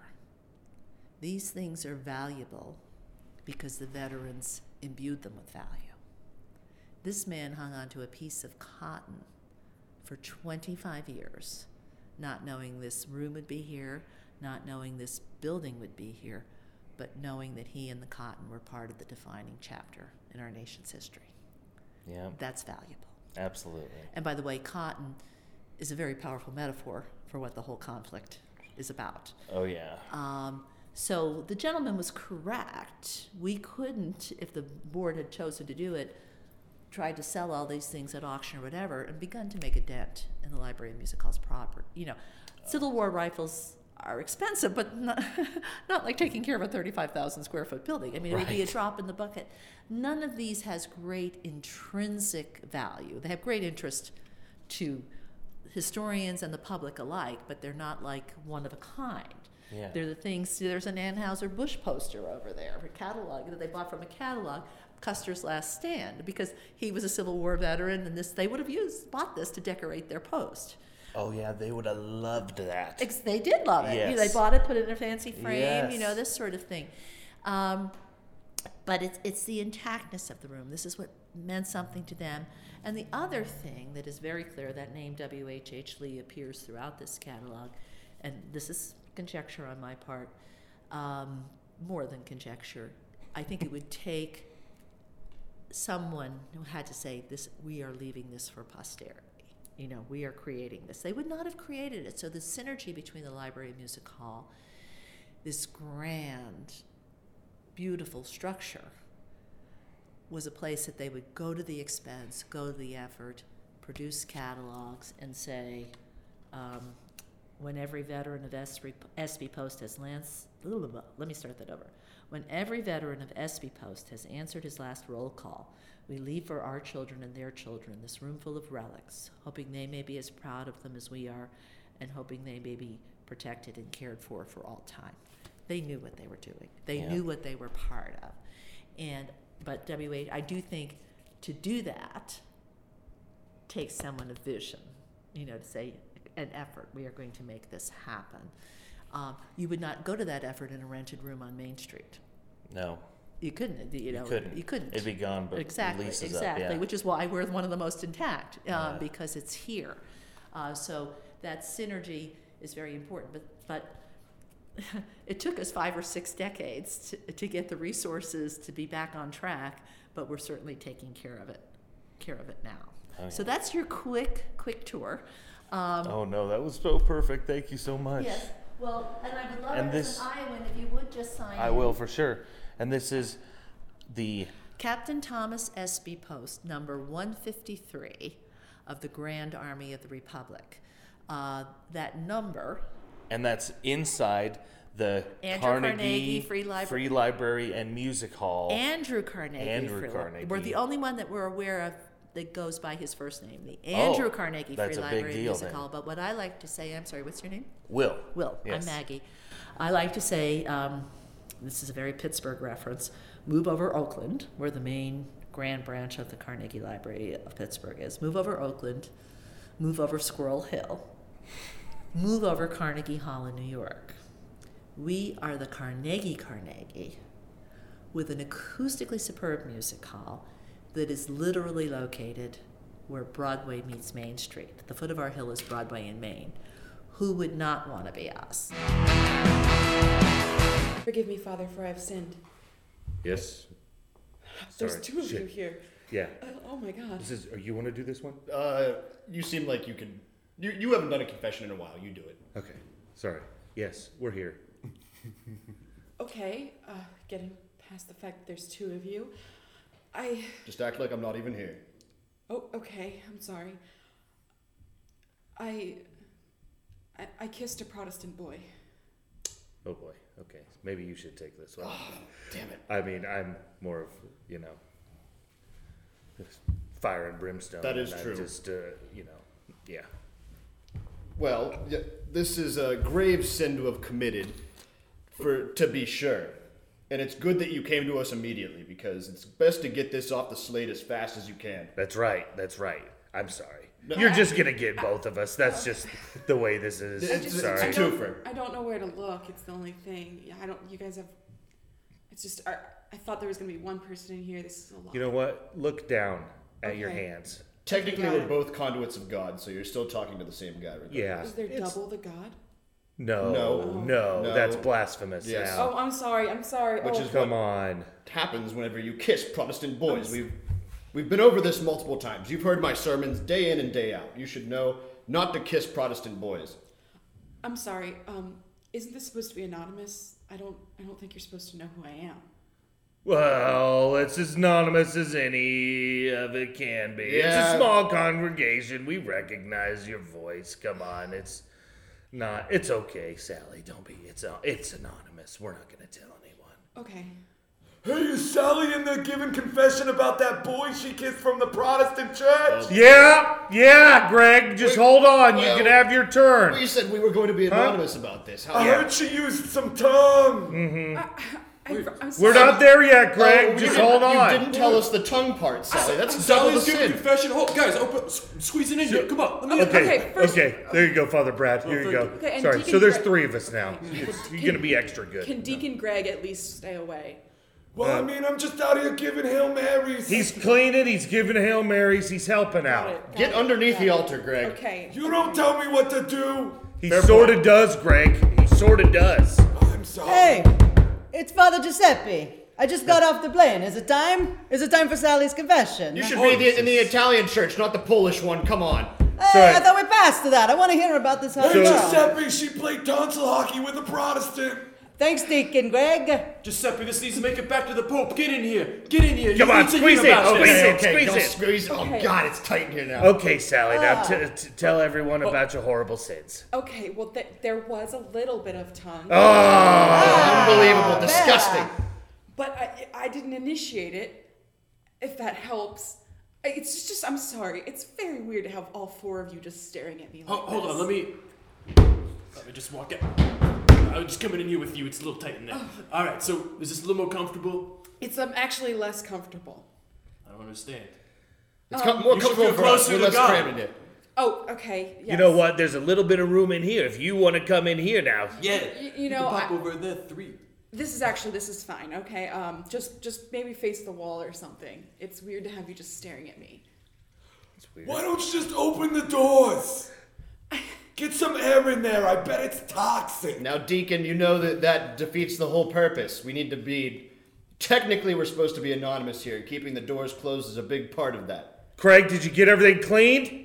These things are valuable because the veterans imbued them with value. This man hung on to a piece of cotton for 25 years, not knowing this room would be here, not knowing this building would be here, but knowing that he and the cotton were part of the defining chapter in our nation's history.
Yeah.
That's valuable.
Absolutely.
And by the way, cotton is a very powerful metaphor for what the whole conflict is about.
Oh yeah.
Um, so the gentleman was correct. We couldn't, if the board had chosen to do it, tried to sell all these things at auction or whatever, and begun to make a dent in the Library of Music Hall's property. You know, Civil War rifles are expensive, but not, not like taking care of a 35,000 square foot building. I mean, it would be a
Right.
drop in the bucket. None of these has great intrinsic value. They have great interest to historians and the public alike, but they're not like one of a kind.
Yeah.
They're the things. See, there's an Anheuser Busch poster over there, a catalog that they bought from a catalog, Custer's Last Stand, because he was a Civil War veteran, and this they would have used bought this to decorate their post.
Oh yeah. They would have loved that.
Ex- They did love it. You know, they
Yes.
bought it, put it in a fancy frame, you know,
Yes.
this sort of thing. Um, but it's, it's the intactness of the room. This is what meant something to them. And the other thing that is very clear that name W.H.H. Lee appears throughout this catalog, and this is conjecture on my part, um, more than conjecture. I think it would take someone who had to say this we are leaving this for posterity you know we are creating this they would not have created it so the synergy between the library and music hall this grand beautiful structure was a place that they would go to the expense go to the effort produce catalogs and say um, when every veteran of SB, SB Post has Lance, blah, blah, blah. let me start that over. When every veteran of SB Post has answered his last roll call, we leave for our children and their children this room full of relics, hoping they may be as proud of them as we are, and hoping they may be protected and cared for for all time. They knew what they were doing. They
Yeah.
knew what they were part of, and but WH, I do think to do that takes someone a vision, you know, to say an effort. We are going to make this happen. Um, you would not go to that effort in a rented room on Main Street.
no.
You couldn't. You know,
you couldn't.
You couldn't.
It'd be gone. But
exactly.
Lease is
exactly.
Up, yeah.
Which is why we're one of the most intact uh,
Yeah.
because it's here. Uh, so that synergy is very important. But but it took us five or six decades to, to get the resources to be back on track, but we're certainly taking care of it, care of it now.
Oh,
So
yeah.
that's your quick, quick tour. Um,
Oh no, that was so perfect. Thank you so much.
Yes. Well, and I would love
Oh, And
it as an
this-
Iowan if you would just sign.
I
in.
will for sure. And this is the
Captain Thomas S.B. Post, number 153, of the Grand Army of the Republic. Uh, that number,
and that's inside the
Andrew Carnegie Free Libra-
Free Library and Music Hall.
Andrew Carnegie.
Oh. Andrew
Free Li-
Carnegie.
We're the only one that we're aware of that goes by his first name, the Andrew
Oh,
Carnegie
that's
Free
a big
Library and
deal
Music
then.
Hall. But what I like to say, I'm sorry, what's your name?
Will.
Will.
Yes.
I'm Maggie. I like to say, um, this is a very Pittsburgh reference, move over Oakland, where the main grand branch of the Carnegie Library of Pittsburgh is. Move over Oakland, move over Squirrel Hill, move over Carnegie Hall in New York. We are the Carnegie Carnegie with an acoustically superb music hall that is literally located where Broadway meets Main Street. At the foot of our hill is Broadway and Main. Who would not want to be us?
Forgive me, Father, for I have sinned.
Yes.
There's
Sorry.
two of you
Shit.
here.
Yeah.
Oh, oh my God.
This is. oh, You want to do this one?
Uh, you seem like you could. You, you haven't done a confession in a while. You do it.
Okay. Sorry. Yes, we're here.
Okay, uh, getting past the fact that there's two of you. I.
Just act like I'm not even here.
Oh, okay. I'm sorry. I. I, I kissed a Protestant boy.
Oh boy. Okay. Maybe you should take this one.
Damn it.
I mean, I'm more of you know, this fire and brimstone.
That is
and I'm
true.
Just uh, you know, yeah.
Well, yeah, this is a grave sin to have committed, for to be sure. And it's good that you came to us immediately because it's best to get this off the slate as fast as you can.
That's right. That's right. I'm sorry. You're just gonna get both of us. That's just the way this is.
It's- it's
sorry.
I
a
don't,
twofer.
I don't know where to look. It's the only thing. Yeah, I don't. You guys have. It's just. I, I thought there was gonna be one person in here. This is a lot.
you know what? Look down at your
Okay.
hands.
Technically,
Got
we're
it.
both conduits of God, so you're still talking to the same guy. Regardless.
Yeah.
is there
It's-
double the god?
No,
No.
no,
No.
That's blasphemous.
Yes.
Now.
Oh, I'm sorry. I'm sorry.
Which
oh.
is
Come on.
happens whenever you kiss Protestant boys. We've we've been over this multiple times. You've heard my sermons day in and day out. You should know not to kiss Protestant boys.
I'm sorry. Um, isn't this supposed to be anonymous? I don't. I don't think you're supposed to know who I am.
Well, it's as anonymous as any of it can be. It's
Yeah.
a small congregation. We recognize your voice. Come on, it's not. It's okay, Sally. Don't be. It's uh, it's anonymous. We're not gonna tell anyone.
Okay.
Hey, is Sally in there giving confession about that boy she kissed from the Protestant church?
Yeah, yeah, Greg. Just hold on.
well-
you can have your turn.
We said we were going to be anonymous about this. How
I heard she used some tongue.
Mm-hmm.
Uh, I, I'm
We're
sorry.
not there yet,
Oh,
Greg.
you
Just
didn't-
hold on.
You didn't tell us the tongue part, Sally. That's double the
Sally's giving
sin.
confession. Hold, guys, open, s- squeeze it in here. Come on. Let me,
Okay,
Okay, first-
okay. There you go, Father Brad. Here you go.
Okay, and
Sorry.
Deacon
So there's
Greg-
three of us now. It's, you're gonna be extra good.
Can Deacon Greg at least stay away?
Well, I
Um,
mean, I'm just out here giving Hail Marys.
He's cleaning. He's giving hail marys. He's helping
Got
out.
it, got
Get
it,
underneath
got
the
it.
altar, Greg.
Okay.
you don't tell me what to do.
He sort of does, Greg. He sort of does.
I'm sorry.
Hey, it's Father Giuseppe. I just got off the plane. Is it time? Is it time for Sally's confession?
You should be the, in the Italian church, not the Polish one. Come on.
Hey, I
Sorry.
thought we passed to that. I want to hear about this whole
Hey,
girl.
Giuseppe, she played tonsil hockey with a Protestant.
Thanks, Deacon Greg.
Giuseppe, this needs to make it back to the Pope. Get in here. Get in here.
Come
you
on,
need to
squeeze
hear
it.
about
Open
this.
it.
okay,
squeeze
don't
it.
squeeze. Oh God, it's tight in here now.
Okay, Sally.
Ah.
Now t- t- tell everyone about your horrible sins.
Okay. Well, th- there was a little bit of tongue,
Ah, Unbelievable, disgusting.
but I, I didn't initiate it. If that helps. I- It's just, I'm sorry. It's very weird to have all four of you just staring at me. Like
Ho- hold
this.
on. Let me. Let me just walk out. I'm just coming in here with you. It's a little tight in
Oh.
there. All right. So is this a little more comfortable?
It's um, actually less comfortable. Um,
I don't understand.
It's com- more
You should
comfortable
feel
for us.
closer
We're
to
less
God.
crammed in here.
Oh, okay. Yes.
You know what? There's a little bit of room in here. If you want to come in here now,
Yeah.
you know,
can pop
I-
over there three.
This is actually this is fine. Okay. Um, just just maybe face the wall or something. It's weird to have you just staring at me.
Why don't you just open the doors? Get some air in there. I bet it's toxic.
Now, Deacon, you know that that defeats the whole purpose. We need to be. Technically, we're supposed to be anonymous here. Keeping the doors closed is a big part of that.
Craig, did you get everything cleaned?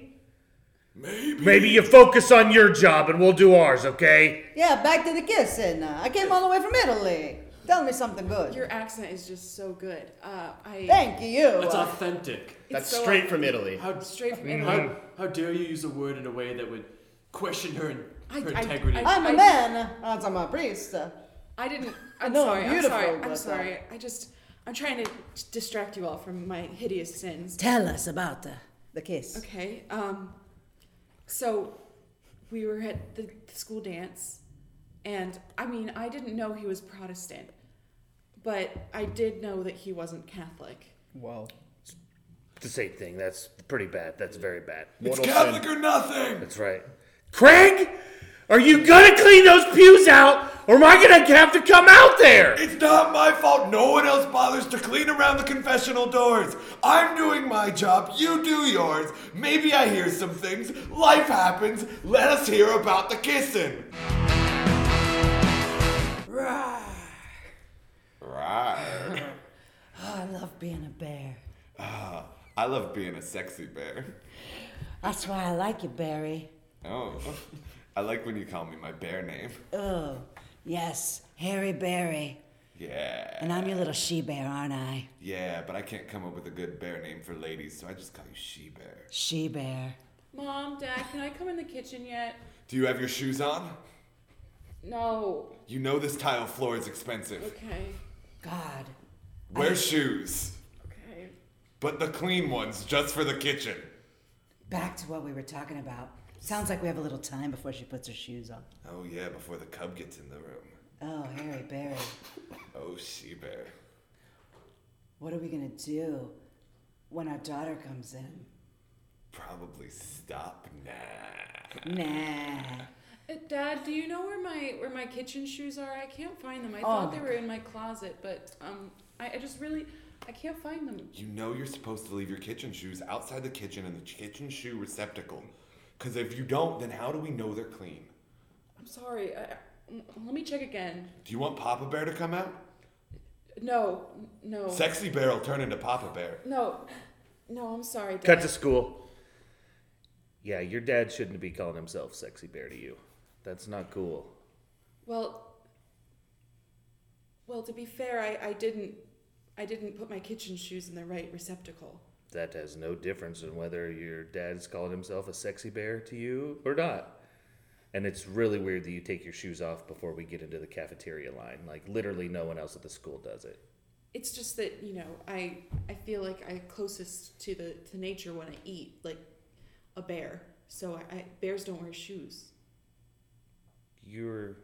Maybe.
Maybe you focus on your job and we'll do ours, okay?
Yeah, back to the kissing. I came all the way from Italy.
Tell me something good.
Your accent is just so good. Uh, I
Thank you.
That's authentic.
That's
so
straight
un-
from Italy.
How,
straight from Italy.
how, how dare you use a word in a way that would question her, her
I- I-
integrity?
I-
I'm a man,
Oh,
as I'm a priest.
I didn't. I'm
know
sorry.
I'm
I'm
beautiful,
sorry.
but,
I'm
uh,
sorry. I just. I'm trying to distract you all from my hideous sins.
Tell us about the.
The kiss.
Okay. Um. So, we were at the, the school dance, and I mean, I didn't know he was Protestant, but I did know that he wasn't Catholic.
Wow.
The same thing. That's pretty bad. That's very bad.
Mortal
Catholic
sin.
or nothing.
That's right. Craig, are you gonna clean those pews out, or am I gonna have to come out there?
It's not my fault. No one else bothers to clean around the confessional doors. I'm doing my job. You do yours. Maybe I hear some things. Life happens. Let us hear about the kissing.
Right.
Oh, I love being a bear.
Ah, I love being a sexy bear.
That's why I like you, Barry.
Oh. I like when you call me my bear name.
Oh, yes, Harry Barry.
Yeah.
And I'm your little she bear, aren't I?
Yeah, but I can't come up with a good bear name for ladies, so I just call you she bear.
She bear.
Mom, Dad, can I come in the kitchen yet?
Do you have your shoes on?
No.
You know this tile floor is expensive.
Okay.
God.
Wear shoes,
Okay.
but the clean ones just for the kitchen.
Back to what we were talking about. Sounds like we have a little time before she puts her shoes on.
Oh, yeah, before the cub gets in the room.
Oh, Harry Barry.
Oh, she bear.
What are we gonna do when our daughter comes in?
Probably stop now.
Nah.
Uh, Dad, do you know where my where my kitchen shoes are? I can't find them. I
Oh.
thought they were in my closet, but um, I, I just really I can't find them.
You know you're supposed to leave your kitchen shoes outside the kitchen in the kitchen shoe receptacle. Because if you don't, then how do we know they're clean?
I'm sorry. I, I- m- let me check again.
Do you want Papa Bear to come out?
No, n- no,
Sexy Bear will turn into Papa Bear.
no, no. I'm sorry, Dad.
Cut to school. Yeah, your dad shouldn't be calling himself sexy bear to you. That's not cool.
well, well. To be fair, I, I didn't I didn't put my kitchen shoes in the right receptacle.
That has no difference in whether your dad's calling himself a sexy bear to you or not. And it's really weird that you take your shoes off before we get into the cafeteria line. Like literally no one else at the school does it.
It's just that you know I I feel like I'm closest to the to nature when I eat like a bear. So I, I bears don't wear shoes.
You're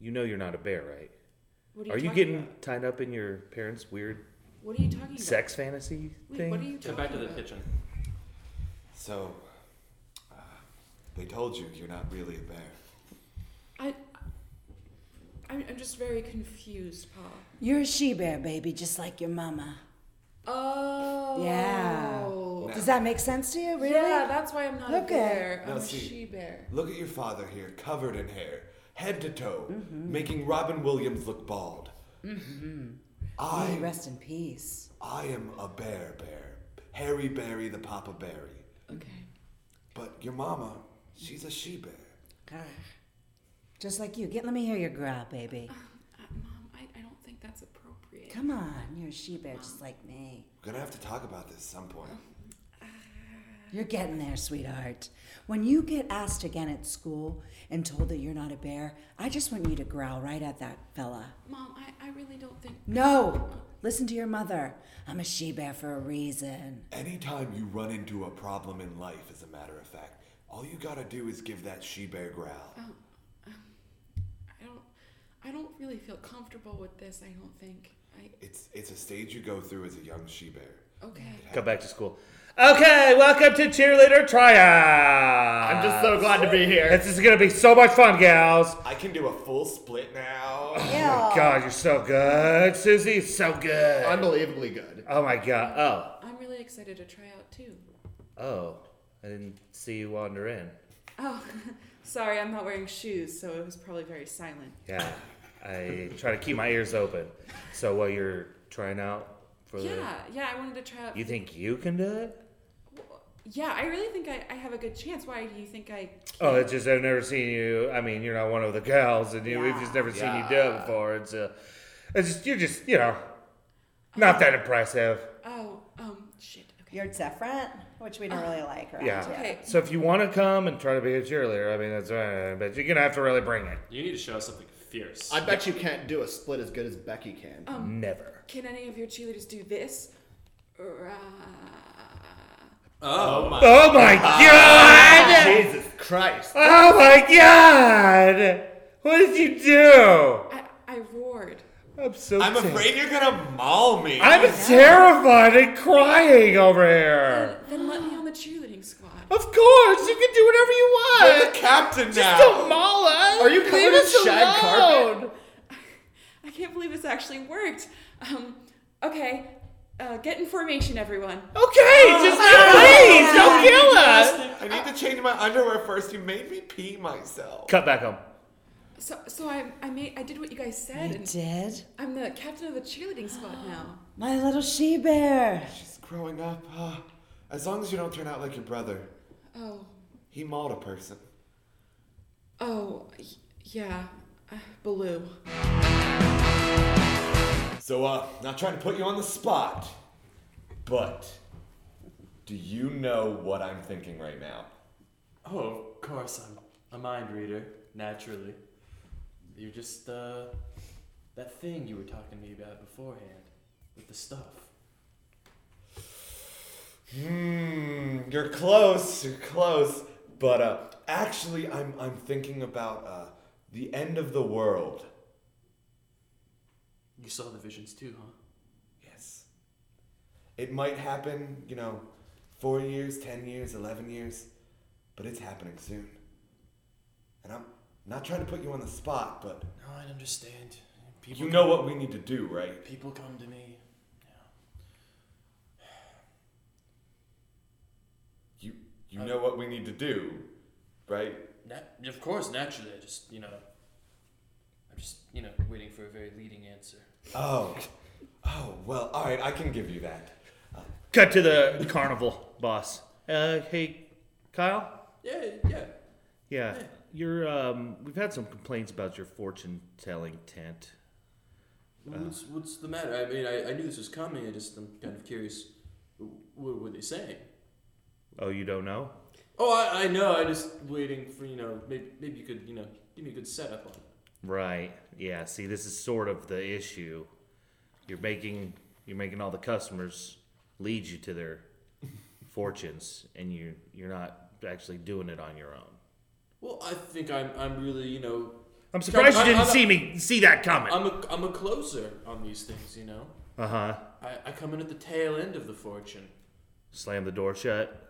You know you're not a bear, right?
What
Are you
talking
getting
about?
tied up in your parents' weird
What are you talking about?
sex fantasy
Wait,
thing?
what are you
Get
talking
back to the
about?
kitchen.
So, uh, they told you you're not really a bear.
I, I'm, I'm just very confused, Pa.
You're a she bear, baby, just like your mama.
Oh.
Does that make sense to you? Really?
Yeah, that's why I'm not a
Okay.
bear. I'm
No,
a
see.
she bear.
Look at your father here, covered in hair, head to toe, making Robin Williams look bald.
May he
I,
rest in peace.
I am a bear bear. Harry Berry the Papa Berry.
Okay.
But your mama, she's a she bear.
Ah. Just like you. Get let me hear your growl, baby.
Uh, Mom, I, I don't think that's appropriate.
Come on, you're a she bear just like me.
We're gonna have to talk about this some point.
You're getting there, sweetheart. When you get asked again at school and told that you're not a bear, I just want you to growl right at that fella.
Mom, I, I really don't think.
No! Listen to your mother. I'm a she bear for a reason.
Anytime you run into a problem in life, as a matter of fact, all you gotta do is give that she bear growl.
Um, I don't. I don't really feel comfortable with this. I don't think. I.
It's it's a stage you go through as a young she bear.
Okay.
Go back to school. Okay, welcome to cheerleader tryout.
I'm just so glad to be here.
This is gonna be so much fun, gals.
I can do a full split now.
Oh
Yeah.
God, you're so good, Susie. You're So good.
Unbelievably good.
oh my God.
I'm really excited to try out too.
Oh, oh. I didn't see you wander in.
Oh, sorry, I'm not wearing shoes, so it was probably very silent.
Yeah, I try to keep my ears open. So while you're trying out for
uh,
Yeah, yeah, I wanted to try out.
the, you think you can do it?
Wh- Yeah, I really think I, I have a good chance. Why do you think I?
Oh, it's just I've never seen you. I mean, you're not one of the gals, and you, we've just never seen you do it before. It's uh, it's just you're just you know, not that impressive.
Oh, um, shit. Okay. Ah.
You're different, which we don't really like, right?
Yeah.
Okay.
So if you want to come and try to be a cheerleader, I mean that's right, but you're gonna have to really bring it.
You need to show us something fierce.
I bet you can't do a split as good as Becky can.
Um,
Never.
Can any of your cheerleaders do this? uh, Rah.
oh my!
Oh my god!
Jesus Christ.
Oh my god! What did you do?
I, I roared.
I'm so.
I'm
ter-
afraid you're gonna maul me.
I'm terrified and crying over here.
Then let me on the cheerleading squad.
Of course, you can do whatever you
You're the
want.
captain now.
Don't maul us.
Are you covered
Leave
in
us
shag carpet?
alone.
I can't believe this actually worked. Um, okay, uh, get in formation, everyone.
Okay, just
Ah.
please don't kill us.
I need to change my underwear first. You made me pee myself.
Cut back home.
So, so I, I made, I did what you guys said,
You
and
did?
I'm the captain of the cheerleading squad now.
My little she bear.
She's growing up. huh? as long as you don't turn out like your brother,
Oh,
he mauled a person.
oh, y- yeah, uh, Baloo.
So, uh, not trying to put you on the spot, but do you know what I'm thinking right now?
Oh, of course I'm a mind reader. Naturally, you're just uh, that thing you were talking to me about beforehand with the stuff.
Hmm, you're close, you're close, but uh, actually, I'm I'm thinking about uh, the end of the world.
You saw the visions too, huh?
Yes. It might happen, you know, four years, ten years, eleven years, but it's happening soon. And I'm not trying to put you on the spot, but
No, I understand. People
you know what we need to do, right?
People come to me. Yeah.
You you
Uh,
know what we need to do, right?
Nat- of course, naturally, I just you know, I'm just you know waiting for a very leading answer.
Oh, oh well, all right, I can give you that.
Cut to the carnival boss. Uh, hey, Kyle.
Yeah, yeah.
Yeah, you're. Um, we've had some complaints about your fortune-telling tent.
What's
Uh.
what's the matter? I mean, I, I knew this was coming. I just I'm kind of curious. wh- What were they saying?
Oh, you don't know?
Oh, I, I know. I just waiting for you know maybe maybe you could you know give me a good setup on. it.
Right. Yeah. See, this is sort of the issue. You're making you're making all the customers lead you to their fortunes, and you you're not actually doing it on your own.
Well, I think I'm I'm really you know
I'm surprised you
I-
didn't
I'm a-
see me see that coming.
I'm a I'm a closer on these things. You know,
Uh huh.
I I come in at the tail end of the fortune.
Slam the door shut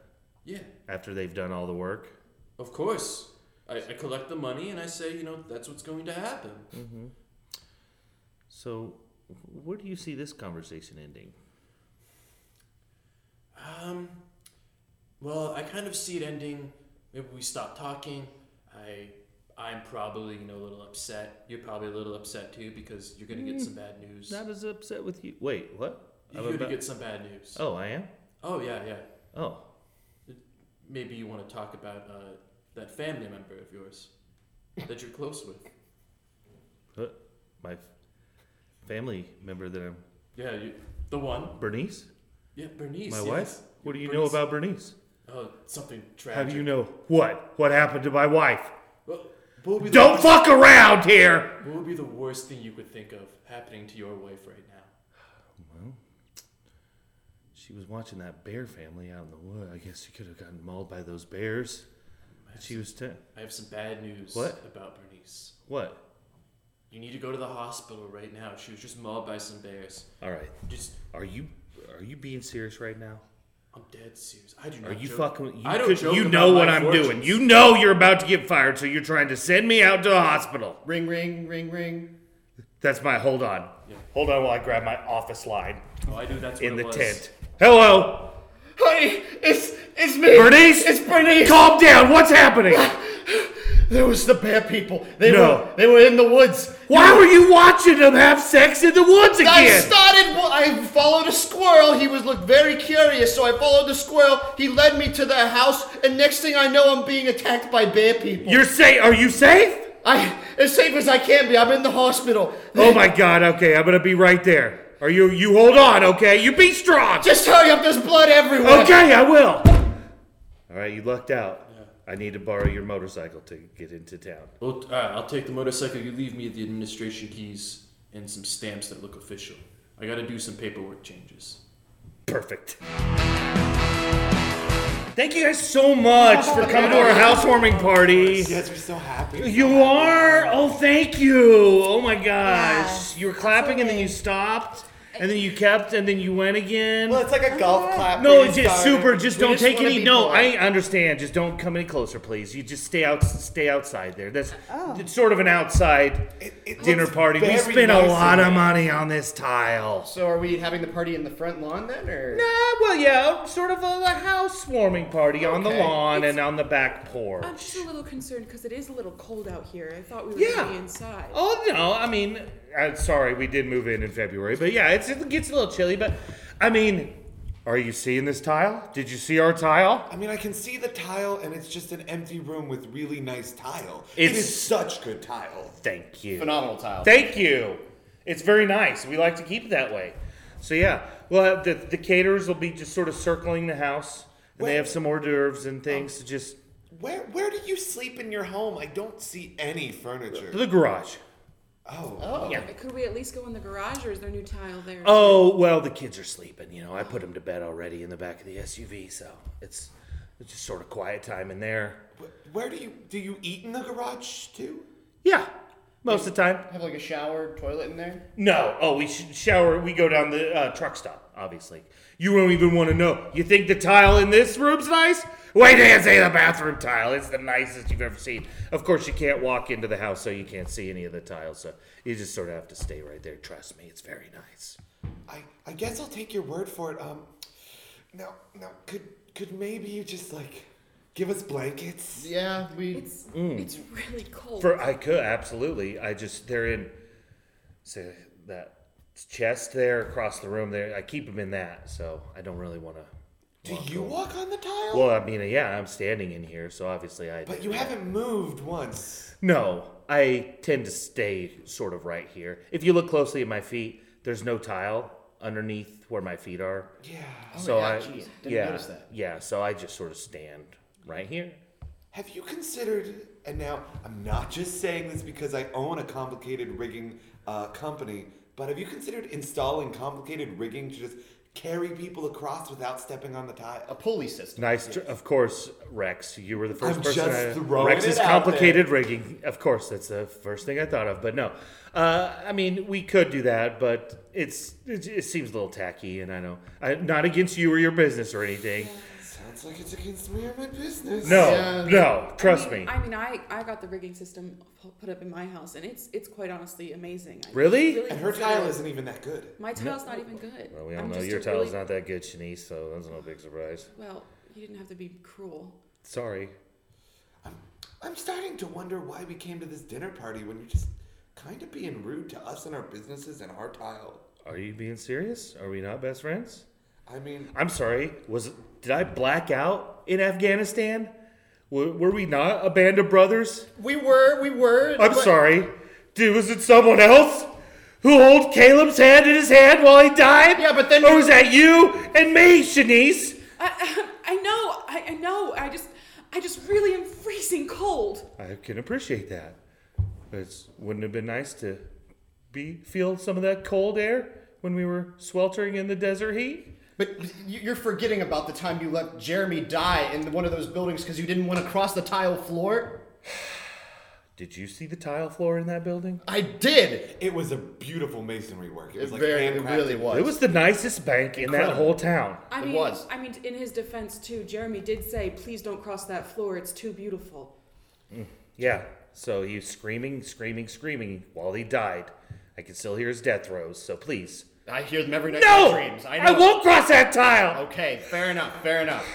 Yeah,
after they've done all the work.
of course. I, I collect the money and I say you know that's what's going to happen.
Mm-hmm. So, where do you see this conversation ending?
Um, well, I kind of see it ending. Maybe we stop talking. I, I'm probably you know a little upset. You're probably a little upset too because you're gonna get some bad news.
Mm, Hmm, Not as upset with you. Wait, what?
You're
I'm
gonna
about-
get some bad news.
Oh, I am.
Oh yeah, yeah.
Oh,
Maybe you want to talk about uh, that family member of yours that you're close with.
uh, my f- family member that I'm
Yeah, you, the one.
Bernice.
Yeah, Bernice.
My
yes.
wife? What do you know
Bernice.
about Bernice?
Oh, something tragic.
How do you know what? What happened to my wife?
Well, what would be the
Don't
worst-
fuck around here!
What would be the worst thing you could think of happening to your wife right now?
She was watching that bear family out in the wood. I guess she could have gotten mauled by those bears. She was ten.
I have some bad news
What?
about Bernice.
What?
You need to go to the hospital right now. She was just mauled by some bears.
All right.
Just,
Are you are you being serious right now?
I'm dead serious. I do not.
Are you
joke.
fucking? You,
I don't
could-
joke
you
about
know
my
what I'm
fortunes.
doing. You know you're about to get fired, so you're trying to send me out to the hospital.
Ring, ring, ring, ring.
That's my hold on.
Yeah.
Hold on while I grab my office line
Oh, I do. That's what
in
it
the
was.
tent. Hello,
Honey, it's it's me.
Bernice.
Bernice.
Calm down. What's happening?
There was the bear people. They
No.
were they were in the woods.
Why were you watching them have sex in the woods
I
again?
started. wa- I followed a squirrel. He was looked very curious, so I followed the squirrel. He led me to their house, and next thing I know, I'm being attacked by bear people.
You're safe. Are you safe?
I as safe as I can be. I'm in the hospital.
Oh my God. Okay, I'm gonna be right there. Are you? You hold on. Okay, you be strong.
Just hurry up! There's blood everywhere.
Okay, I will. All right, you lucked out. I need to borrow your motorcycle to get into town.
Well, all right, I'll take the motorcycle. You leave me the administration keys and some stamps that look official. I gotta do some paperwork changes.
Perfect. Thank you guys so much for coming to our housewarming party.
Yes, we're so happy.
You are? Oh, thank you. Oh my gosh.
Yeah,
You were clapping and then you stopped and then you kept and then you went again.
Well, it's like a golf clap.
No,
where
it's
you
just
start.
super. Just
We
don't take
wanna
any.
be
No,
polite.
I understand. Just don't come any closer, please. You just stay out. Stay outside there. That's it's sort of an outside dinner party. We
very
spent a
nice
lot
in
of money on this tile.
So are we having the party in the front lawn then, or?
Uh, well, yeah, sort of a, a housewarming party on the
Okay.
lawn and on the back porch.
I'm just a little concerned because it is a little cold out here. I thought we were
Yeah.
gonna be inside.
Oh no, I mean, i sorry, we did move in in February, but yeah, it's, it gets a little chilly. But I mean, are you seeing this tile? Did you see our tile?
I mean, I can see the tile, and it's just an empty room with really nice tile. it
It's-
is such good tile.
Thank you.
Phenomenal tile.
Thank you. It's very nice. We like to keep it that way. So yeah, well, the the caterers will be just sort of circling the house, and they
Wait.
have some hors d'oeuvres and things to just
Where where do you sleep in your home? I don't see any furniture.
the garage.
Oh,
Could we at least go in the garage, or is there new tile there?
Oh well, the kids are sleeping. You know, I put them to bed already in the back of the SUV, so it's it's just sort of quiet time in there.
Wh- where do you do you eat in the garage too?
Yeah, most of the time.
Have like a shower, toilet in there.
No. Oh, we sh- shower. We go down the uh, truck stop, obviously. You won't even want to know. You think the tile in this room's nice? Wait till you see the bathroom tile. It's the nicest you've ever seen. Of course, you can't walk into the house, so you can't see any of the tiles. So you just sort of have to stay right there. Trust me, it's very nice.
I I guess I'll take your word for it. Um, now now could could maybe you just like give us blankets?
Yeah, we.
It's, it's really cold.
Mm. For I could absolutely. I just they're in. Say that chest there across the room. There, I keep them in that, so I don't really want to.
Do you walk on the tile?
Well, I mean, yeah, I'm standing in here, so obviously I.
but you haven't moved once.
No, I tend to stay sort of right here. If you look closely at my feet, there's no tile underneath where my feet are.
Yeah.
so
yeah,
I
geez, didn't
yeah,
notice that.
Yeah, so I just sort of stand right here.
Have you considered? And now I'm not just saying this because I own a complicated rigging uh, company, but have you considered installing complicated rigging to just carry people across without stepping on the tile?
A pulley system.
Nice, tr- of course, Rex. You were the 1st
I'm
person.
just
I,
throwing
Rex
it
is
out
complicated rigging. Of course, that's the first thing I thought of. But no, uh, I mean we could do that, but it's it, it seems a little tacky, and I know I, not against you or your business or anything.
Sounds like it's against me or my business.
No,
Yeah.
no, trust
I mean,
me.
I mean, I, I got the rigging system pu- put up in my house, and it's it's quite honestly amazing. I
Really?
And her tile
consider-
isn't even that good.
My tile's not even good.
Well, we all
I'm
know
just
your
a
tile's
really-
not that good, Shanice, so that's no big surprise.
Well, you didn't have to be cruel.
Sorry.
I'm, I'm starting to wonder why we came to this dinner party when you're just kind of being rude to us and our businesses and our tile.
Are you being serious? Are we not best friends?
I mean,
I'm sorry. Was did I black out in Afghanistan? Were, were we not a band of brothers?
We were, we were.
I'm
but-
sorry. Dude, was it someone else who held Caleb's hand in his hand while he died?
Yeah, but then
or
you-
was that you and me, Shanice?
I, I know, I, I know. I just I just really am freezing cold.
I can appreciate that. But it's, wouldn't it have been nice to be feel some of that cold air when we were sweltering in the desert heat?
But you- you're forgetting about the time you let Jeremy die in one of those buildings because you didn't want to cross the tile floor.
Did you see the tile floor in that building?
I did.
it was a beautiful masonry work. It was
It
like
very, it
handcrafted.
really was.
It was the nicest bank in that
Incredible.
whole town.
I
It
mean,
was.
I mean, in his defense too, Jeremy did say, "Please don't cross that floor. It's too beautiful."
mm, Yeah. So he was screaming, screaming, screaming while he died. I can still hear his death throes, so please.
I hear them every night
No!
in my dreams. I
I
know.
won't cross that tile!
Okay, fair enough. Fair enough.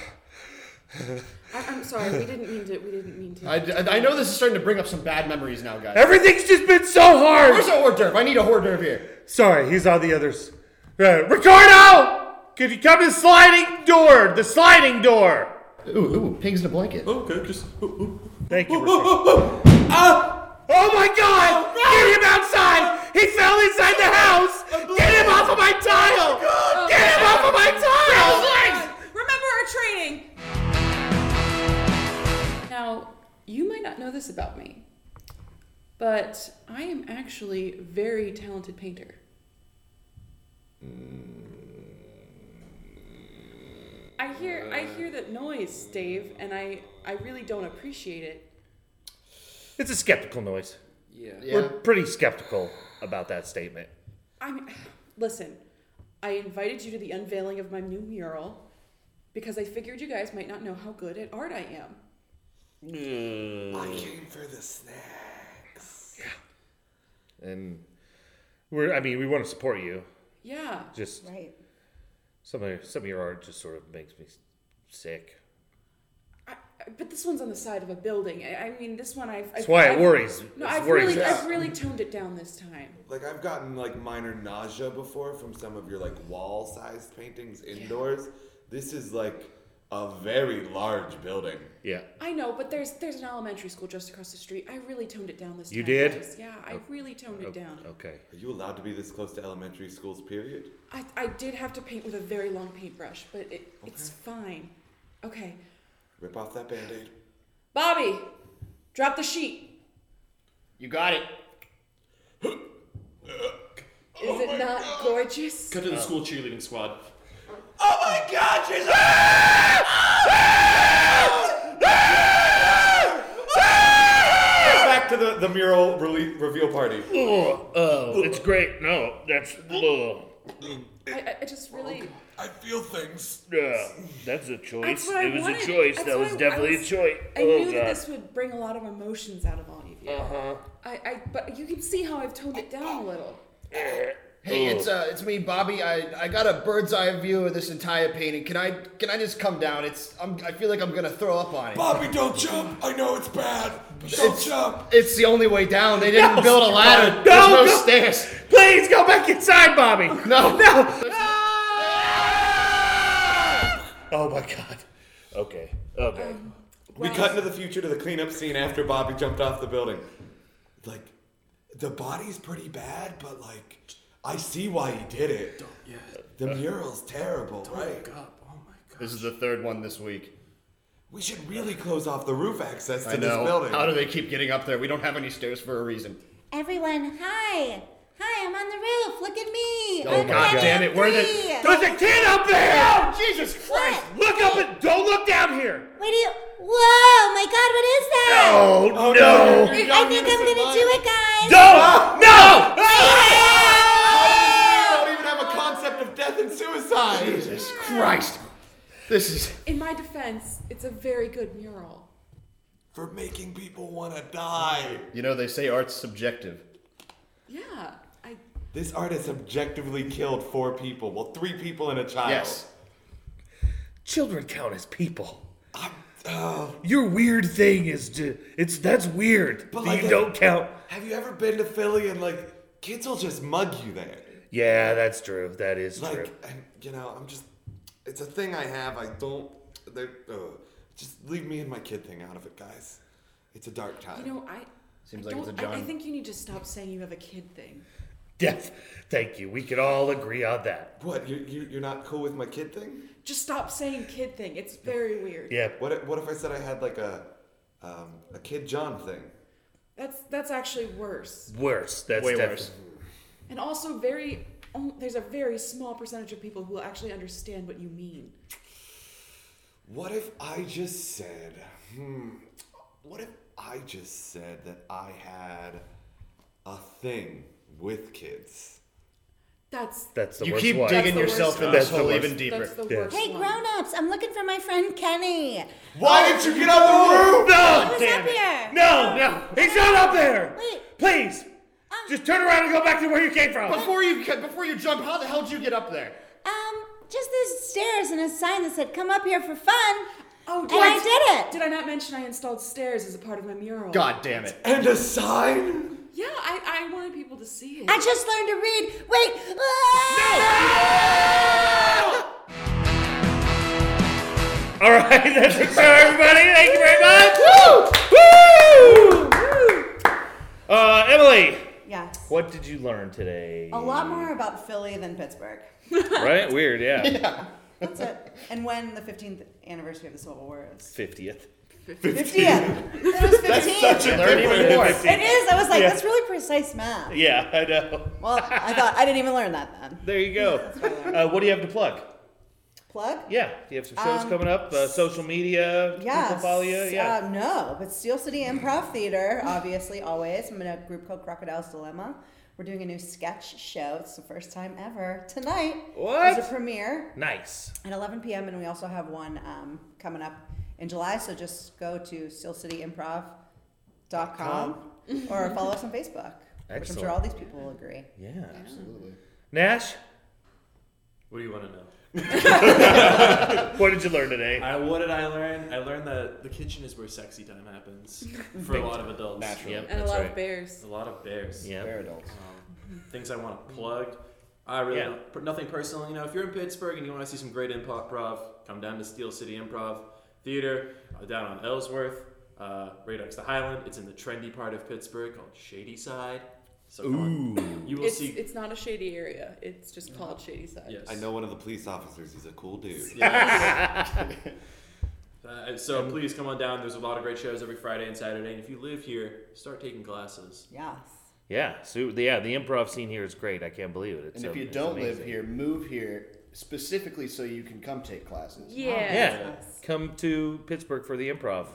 I, I'm I'm sorry. We didn't mean to. We didn't mean to.
I, I- I know this is starting to bring up some bad memories now, guys.
Everything's just been so hard.
Where's the hors d'oeuvre? I need a hors d'oeuvre here.
Sorry, he's on the others. Uh, Ricardo, could you come to the sliding door? The sliding door.
Ooh, ooh, pigs in a blanket.
Oh,
Okay, just.
Thank you. Ricardo.
Ah!
oh my God! Get him outside! He fell inside the house. Get him off of
Oh
my tile! Get him off of my tile!
Remember our training. Now, you might not know this about me, but I am actually a very talented painter. I hear I hear that noise, Dave, and I I really don't appreciate it.
It's a skeptical noise.
Yeah.
Yeah.
We're pretty skeptical about that statement.
I mean, listen, I invited you to the unveiling of my new mural because I figured you guys might not know how good at art I am.
Hmm. And we're I mean, we want to support you.
Yeah.
Just
Right.
some of your, some of your art just sort of makes me sick.
I, I- but this one's on the side of a building. I, I mean, this one I've. I've
That's why it
I've-
worries.
No,
it
I've
worries
really,
us.
I've really toned it down this time.
Like I've gotten like minor nausea before from some of your like wall-sized paintings indoors. This is like a very large building.
Yeah.
I know, but there's there's an elementary school just across the street. I really toned it down this
You
time.
did? Oh.
guys. Yeah, I really toned it down.
Okay.
Are you allowed to be this close to elementary schools? Period.
I, I did have to paint with a very long paintbrush, but it, it's fine. Okay,
Rip off that band-aid.
Bobby, drop the sheet.
You got it.
Is it not gorgeous?
Cut to the school cheerleading squad.
Oh
Back to the the mural rele- reveal party.
Ah! Oh, oh, it's great. No, that's oh. ugh.
I, I- I just really.
Oh, I feel things.
Yeah, that's a choice.
That's what I
it was
wanted.
a choice.
That's
that
what
was
I- I
definitely
was-
a choice.
I
oh,
knew
God.
that this would bring a lot of emotions out of all of you. Uh-huh. I, I, but you can see how I've toned it down a little.
Hey, it's uh, it's me, Bobby. I, I got a bird's eye view of this entire painting. Can I can I just come down? It's I'm, I feel like I'm gonna throw up on it.
Bobby, don't jump. I know it's bad, but don't jump.
It's the only way down. They didn't build a ladder.
No,
There's no,
no.
stairs.
Please go back inside, Bobby.
No.
No. Oh my God. Okay. Okay.
Um,
We cut into the future to the cleanup scene after Bobby jumped off the building. Like, the body's pretty bad, but like, I see why he did it.
Yeah.
The mural's terrible, right?
Wake up. Oh my god.
This is the third one this week.
We should really close off the roof access to
I
this
know.
building.
How do they keep getting up there? We don't have any stairs for a reason.
Everyone, hi. Hi, I'm on the roof. Look at me.
Oh,
I'm
God
ready
damn
at
it, where the-
three.
There's a kid up there.
Jesus
What?
Look up and don't look down here.
What do you? Whoa, my God, what is that?
Oh, no. No.
I think I'm gonna do it, guys.
No.
I don't even have a concept of death and suicide.
Jesus Christ. This is
In my defense, it's a very good mural.
For making people want to die.
you know they say art's subjective.
Yeah, I.
This artist objectively killed four people. Well, three people and a child.
Yes.
Children count as people.
I'm, oh.
Your weird thing is to it's that's weird.
But
that
like
you
a-
don't count.
have you ever been to Philly and like, kids will just mug you there?
Yeah, that's true. That is true.
like and, you know i'm just it's a thing i have i don't they uh, just leave me and my kid thing out of it guys it's a dark time
You know, I.
Uh, Seems
I
like it's
don't-
a
I, I
John.
think you need to stop saying you have a kid thing.
Death. Thank you. We can all agree on that.
what you, you, you're not cool with my kid thing
Just stop saying kid thing. It's very weird.
Yeah.
what if, what if i said i had like a um, a kid john thing
That's that's actually worse.
Worse. That's
Way
def-
worse.
And also very on- there's a very small percentage of people who will actually understand what you mean.
what if i just said hmm what if i just said that i had a thing with kids
That's
That's the
You
worst
keep
one.
digging
That's the
yourself
worst
in
one.
this
That's the
hole
worst.
even deeper.
that's the
Yeah.
worst.
Hey,
one.
grown-ups, I'm looking for my friend Kenny. Oh,
why didn't you get on the roof
No,
was
damn
up
it.
here.
No, no. He's not up there.
Wait. Um,
Please. Just turn around and go back to where you came from.
Before you ca- before you jump, how the hell did you get up there?
Um, just there's stairs and a sign that said, "Come up here for fun."
Oh,
and I did it.
Shit! Did I not mention I installed stairs as a part of my mural?
God damn it.
And a sign?
Yeah, I, I wanted people to see it.
I just learned to read. Wait. Ah!
All right, that's it for everybody. Thank you very much. Woo! Woo! Uh, Emily,
Yes.
What did you learn today?
A lot more about Philly than Pittsburgh.
Right? Weird, yeah.
That's it. And when the 15th anniversary of the Civil War is.
50th.
50th. It was 15.
You learn even more.
It is. I was like,
Yeah.
that's really precise math.
Yeah, I know.
Well, I thought I didn't even learn that then.
There you go. Uh, what do you have to plug?
Plug.
Yeah, you have some shows
Um,
coming up, uh, social media, people
Yes.
follow you. Yeah.
Uh, no, but Steel City Improv Theater, obviously, always. I'm in a group called Crocodile's Dilemma. We're doing a new sketch show. It's the first time ever tonight.
What?
It's a premiere
nice.
at 11 p.m. and we also have one um, coming up in July. So just go to steelcityimprov.com or follow us on Facebook, which I'm
Excellent.
sure all these people will agree.
Yeah. Absolutely. Nash,
What do you want to know?
what did you learn today?
I, what did I learn? I learned that the kitchen is where sexy time happens for a lot of adults.
Naturally.
Yep,
and a
that's
lot
right.
of bears.
A lot of bears. Um,
Yeah.
They're adults.
Things I want to plug. I really
Yeah.
don't- per- nothing personal. You know, if you're in Pittsburgh and you want to see some great improv, come down to Steel City Improv Theater uh, down on Ellsworth, uh, right next to Highland. It's in the trendy part of Pittsburgh called Shady Side. So come on. you will
It's,
see.
it's not a shady area. It's just called Shady Side.
yes.
I know one of the police officers. He's a cool dude.
Uh, so please come on down. There's a lot of great shows every Friday and Saturday. And if you live here, start taking classes.
Yes.
Yeah. So yeah, the improv scene here is great. I can't believe it. It's
And if
a-
you
it's
don't live
amazing.
here, move here specifically so you can come take classes.
Yeah.
yeah, come to Pittsburgh for the improv,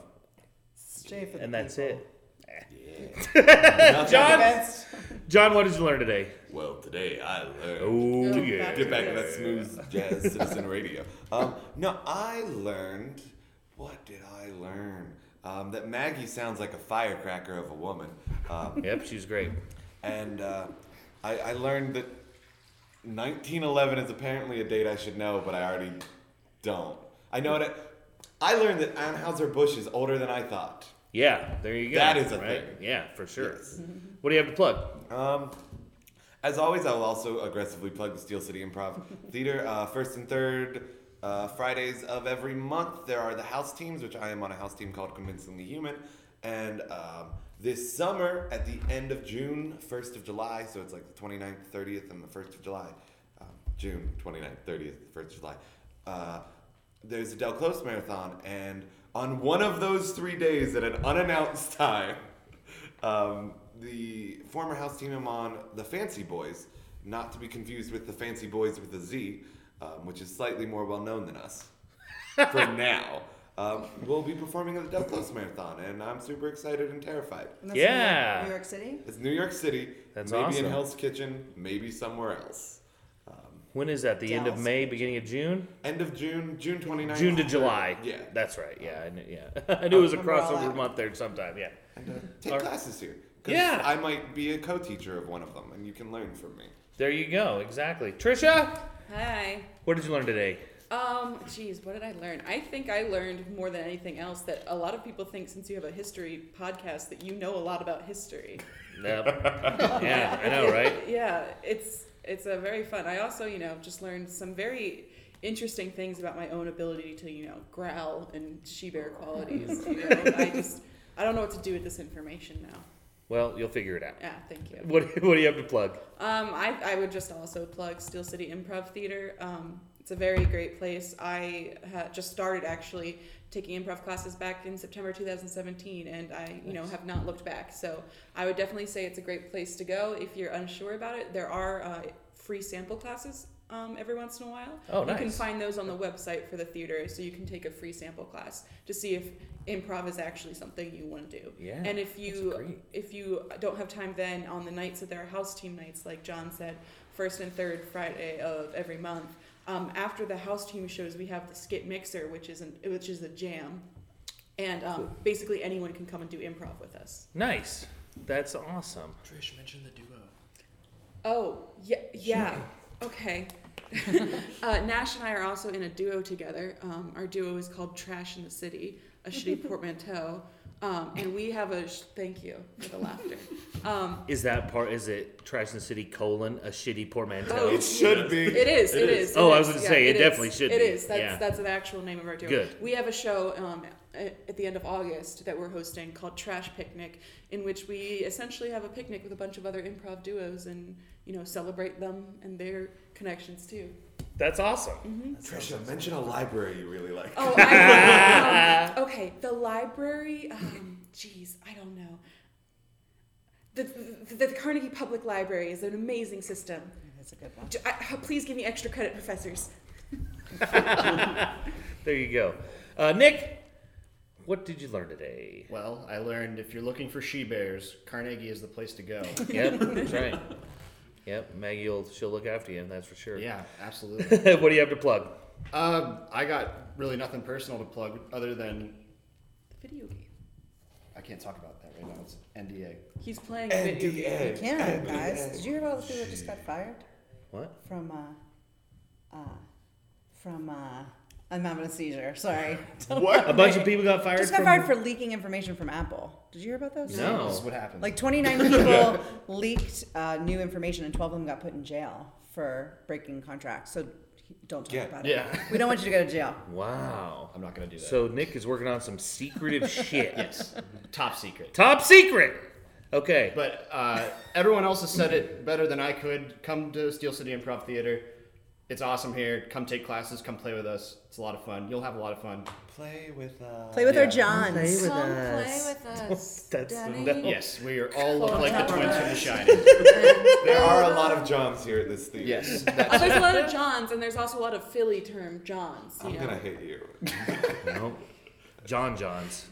Stay for the
and that's
people.
it. John,
Yes.
John, what did you learn today?
Well, today I learned.
Oh
yeah.
Get back to that smooth jazz citizen radio. Um, no, I learned. What did I learn? Um, that Maggie sounds like a firecracker of a woman. Um,
Yep, she's great.
and uh, I, I learned that 1911 is apparently a date I should know, but I already don't. I know it. I learned that Anheuser Busch is older than I thought.
Yeah, there you go.
That is a
right?
thing.
Yeah, for sure. What do you have to plug?
Um, as always, I will also aggressively plug the Steel City Improv Theater. Uh, first and third uh, Fridays of every month, there are the house teams, which I am on a house team called Convincingly Human. And um, this summer, at the end of June, 1st of July, so it's like the 29th, 30th, and the 1st of July, um, June 29th, 30th, 1st of July, uh, there's a Del Close Marathon. And on one of those three days, at an unannounced time, um, the former house team I'm on, the Fancy Boys, not to be confused with the Fancy Boys with a Z, um, which is slightly more well known than us for now. Um, will be performing at the Del Close Marathon, and I'm super excited and terrified.
And that's in New York-
Yeah.
New York City.
It's New York City,
That's
maybe
awesome.
in Hell's Kitchen, maybe somewhere else. Um,
When is that? The end of
Dallas.
May, beginning of June?
End of June, June 29th.
June to July.
Yeah.
That's right. Yeah, I knew, yeah. I knew it was a
Remember all
crossover
that.
month there sometime. Yeah.
uh, Take
Or-
classes here. 'cause
Yeah.
I might be a co teacher of one of them, and you can learn from me.
There you go. Exactly. Trisha,
Hi.
what did you learn today?
Um, geez, what did I learn? I think I learned more than anything else that a lot of people think since you have a history podcast that you know a lot about history.
Yep. yeah, I know, right?
yeah, it's it's a very fun. I also, you know, just learned some very interesting things about my own ability to, you know, growl and she bear qualities. You know, I just I don't know what to do with this information now.
Well, you'll figure it out.
Yeah, thank you.
What, what do you have to plug?
Um, I, I would just also plug Steel City Improv Theater. Um, it's a very great place. I ha- just started actually taking improv classes back in September 2017, and I you know have not looked back. So I would definitely say it's a great place to go if you're unsure about it. There are uh, free sample classes. Um, every once in a while,
Oh,
you can
nice.
find those on the website for the theater, so you can take a free sample class to see if improv is actually something you want to do.
Yeah,
and if you
great.
if you don't have time then on the nights that there are house team nights like john said first and third friday of every month um, after the house team shows we have the skit mixer which is an, which is a jam and um, basically anyone can come and do improv with us
Nice. That's awesome.
Trish mentioned the duo.
oh yeah yeah okay uh, nash and i are also in a duo together um, our duo is called trash in the city a shitty portmanteau. Um, and we have a sh- thank you for the laughter. Um,
Is that part? Is it Trash in the City colon a shitty portmanteau?
Oh,
It should be.
It is. It is.
Oh,
it
I was
is,
gonna say, it
is,
definitely should
It
be,
is. That's
yeah.
that's the actual name of our tour.
Good.
We have a show um, at at the end of August that we're hosting called Trash Picnic, in which we essentially have a picnic with a bunch of other improv duos and you know celebrate them and their connections too.
That's awesome.
Trisha, mention a library you really like.
Mm-hmm. Oh, I, um, okay. The library. Um, geez, I don't know. The, the, the Carnegie Public Library is an amazing system.
That's a good one.
Do- I- uh, please give me extra credit, professors.
There you go. Uh, Nick, what did you learn today?
Well, I learned if you're looking for she bears, Carnegie is the place to go.
Yep, that's right. Yep, Maggie will she'll look after you, that's for sure.
yeah, absolutely.
what do you have to plug?
Um, I got really nothing personal to plug other than
Video game.
I can't talk about that right now. It's NDA.
He's playing video games.
NDA.
Canada, guys. Did you hear about the people that just got fired
What?
from uh, uh, from uh, I'm having a seizure. Sorry.
A bunch of people got fired.
Just got
from-
fired for leaking information from Apple. Did you hear about this?
No.
This is what happens.
Like 29 people leaked uh, new information, and 12 of them got put in jail for breaking contracts. So don't talk
Yeah.
about it.
yeah.
We don't want you to go to jail.
Wow.
I'm not gonna do that.
So Nick is working on some secretive shit.
yes, top secret.
Top secret. Okay.
But uh, everyone else has said it better than I could. Come to Steel City Improv Theater. It's awesome here. Come take classes. Come play with us. It's a lot of fun. You'll have a lot of fun.
Play with uh,
Play with our
Yeah.
Johns.
Come play with us,
That's-
Danny.
no.
Yes, we are all look
Cool.
like the
Cool.
twins from The Shining.
There are a lot of Johns here at this theater.
Yes.
Oh, there's a lot of Johns, and there's also a lot of Philly term Johns. You
I'm
know,
gonna hit you.
No. John Johns.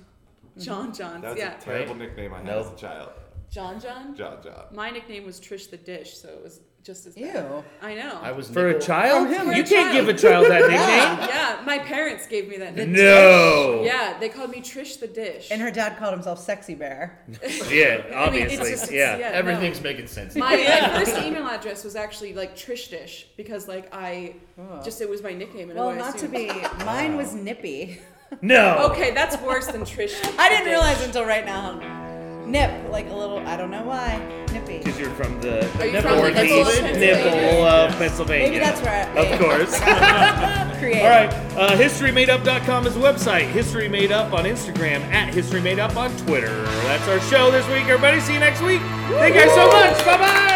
John Johns.
That's
yeah,
a terrible
Right?
nickname I had
Nope.
as a child.
John John.
John John.
My nickname was Trish the Dish, so it was just as bad.
Ew.
I know.
I was
For a
nickel-
child?
Oh, him,
you
for a
can't
child.
give a child that nickname.
yeah, my parents gave me that nickname.
no.
Yeah, they called me Trish the Dish.
And her dad called himself Sexy Bear.
Yeah,
I mean, it's
obviously.
just- it's-
yeah.
no.
Everything's making sense.
My, my first email address was actually like Trish Dish because like I
Oh.
just it was my nickname. And
Well,
what I
not to
assumed-
be. Mine was Nippy.
No.
Okay, that's worse than Trish.
I didn't
the
realize
Dish.
until right now. Nip, like a little, I don't know why. Nippy.
Because you're from the,
Are you
the
from
northeast
Pennsylvania?
nipple of Pennsylvania.
Maybe that's where I-
Of course.
Creative.
All right. Uh, HistoryMadeUp.com is the website. History Made Up on Instagram. At History Made Up on Twitter. That's our show this week, everybody. See you next week. Thank you guys so much. Bye bye.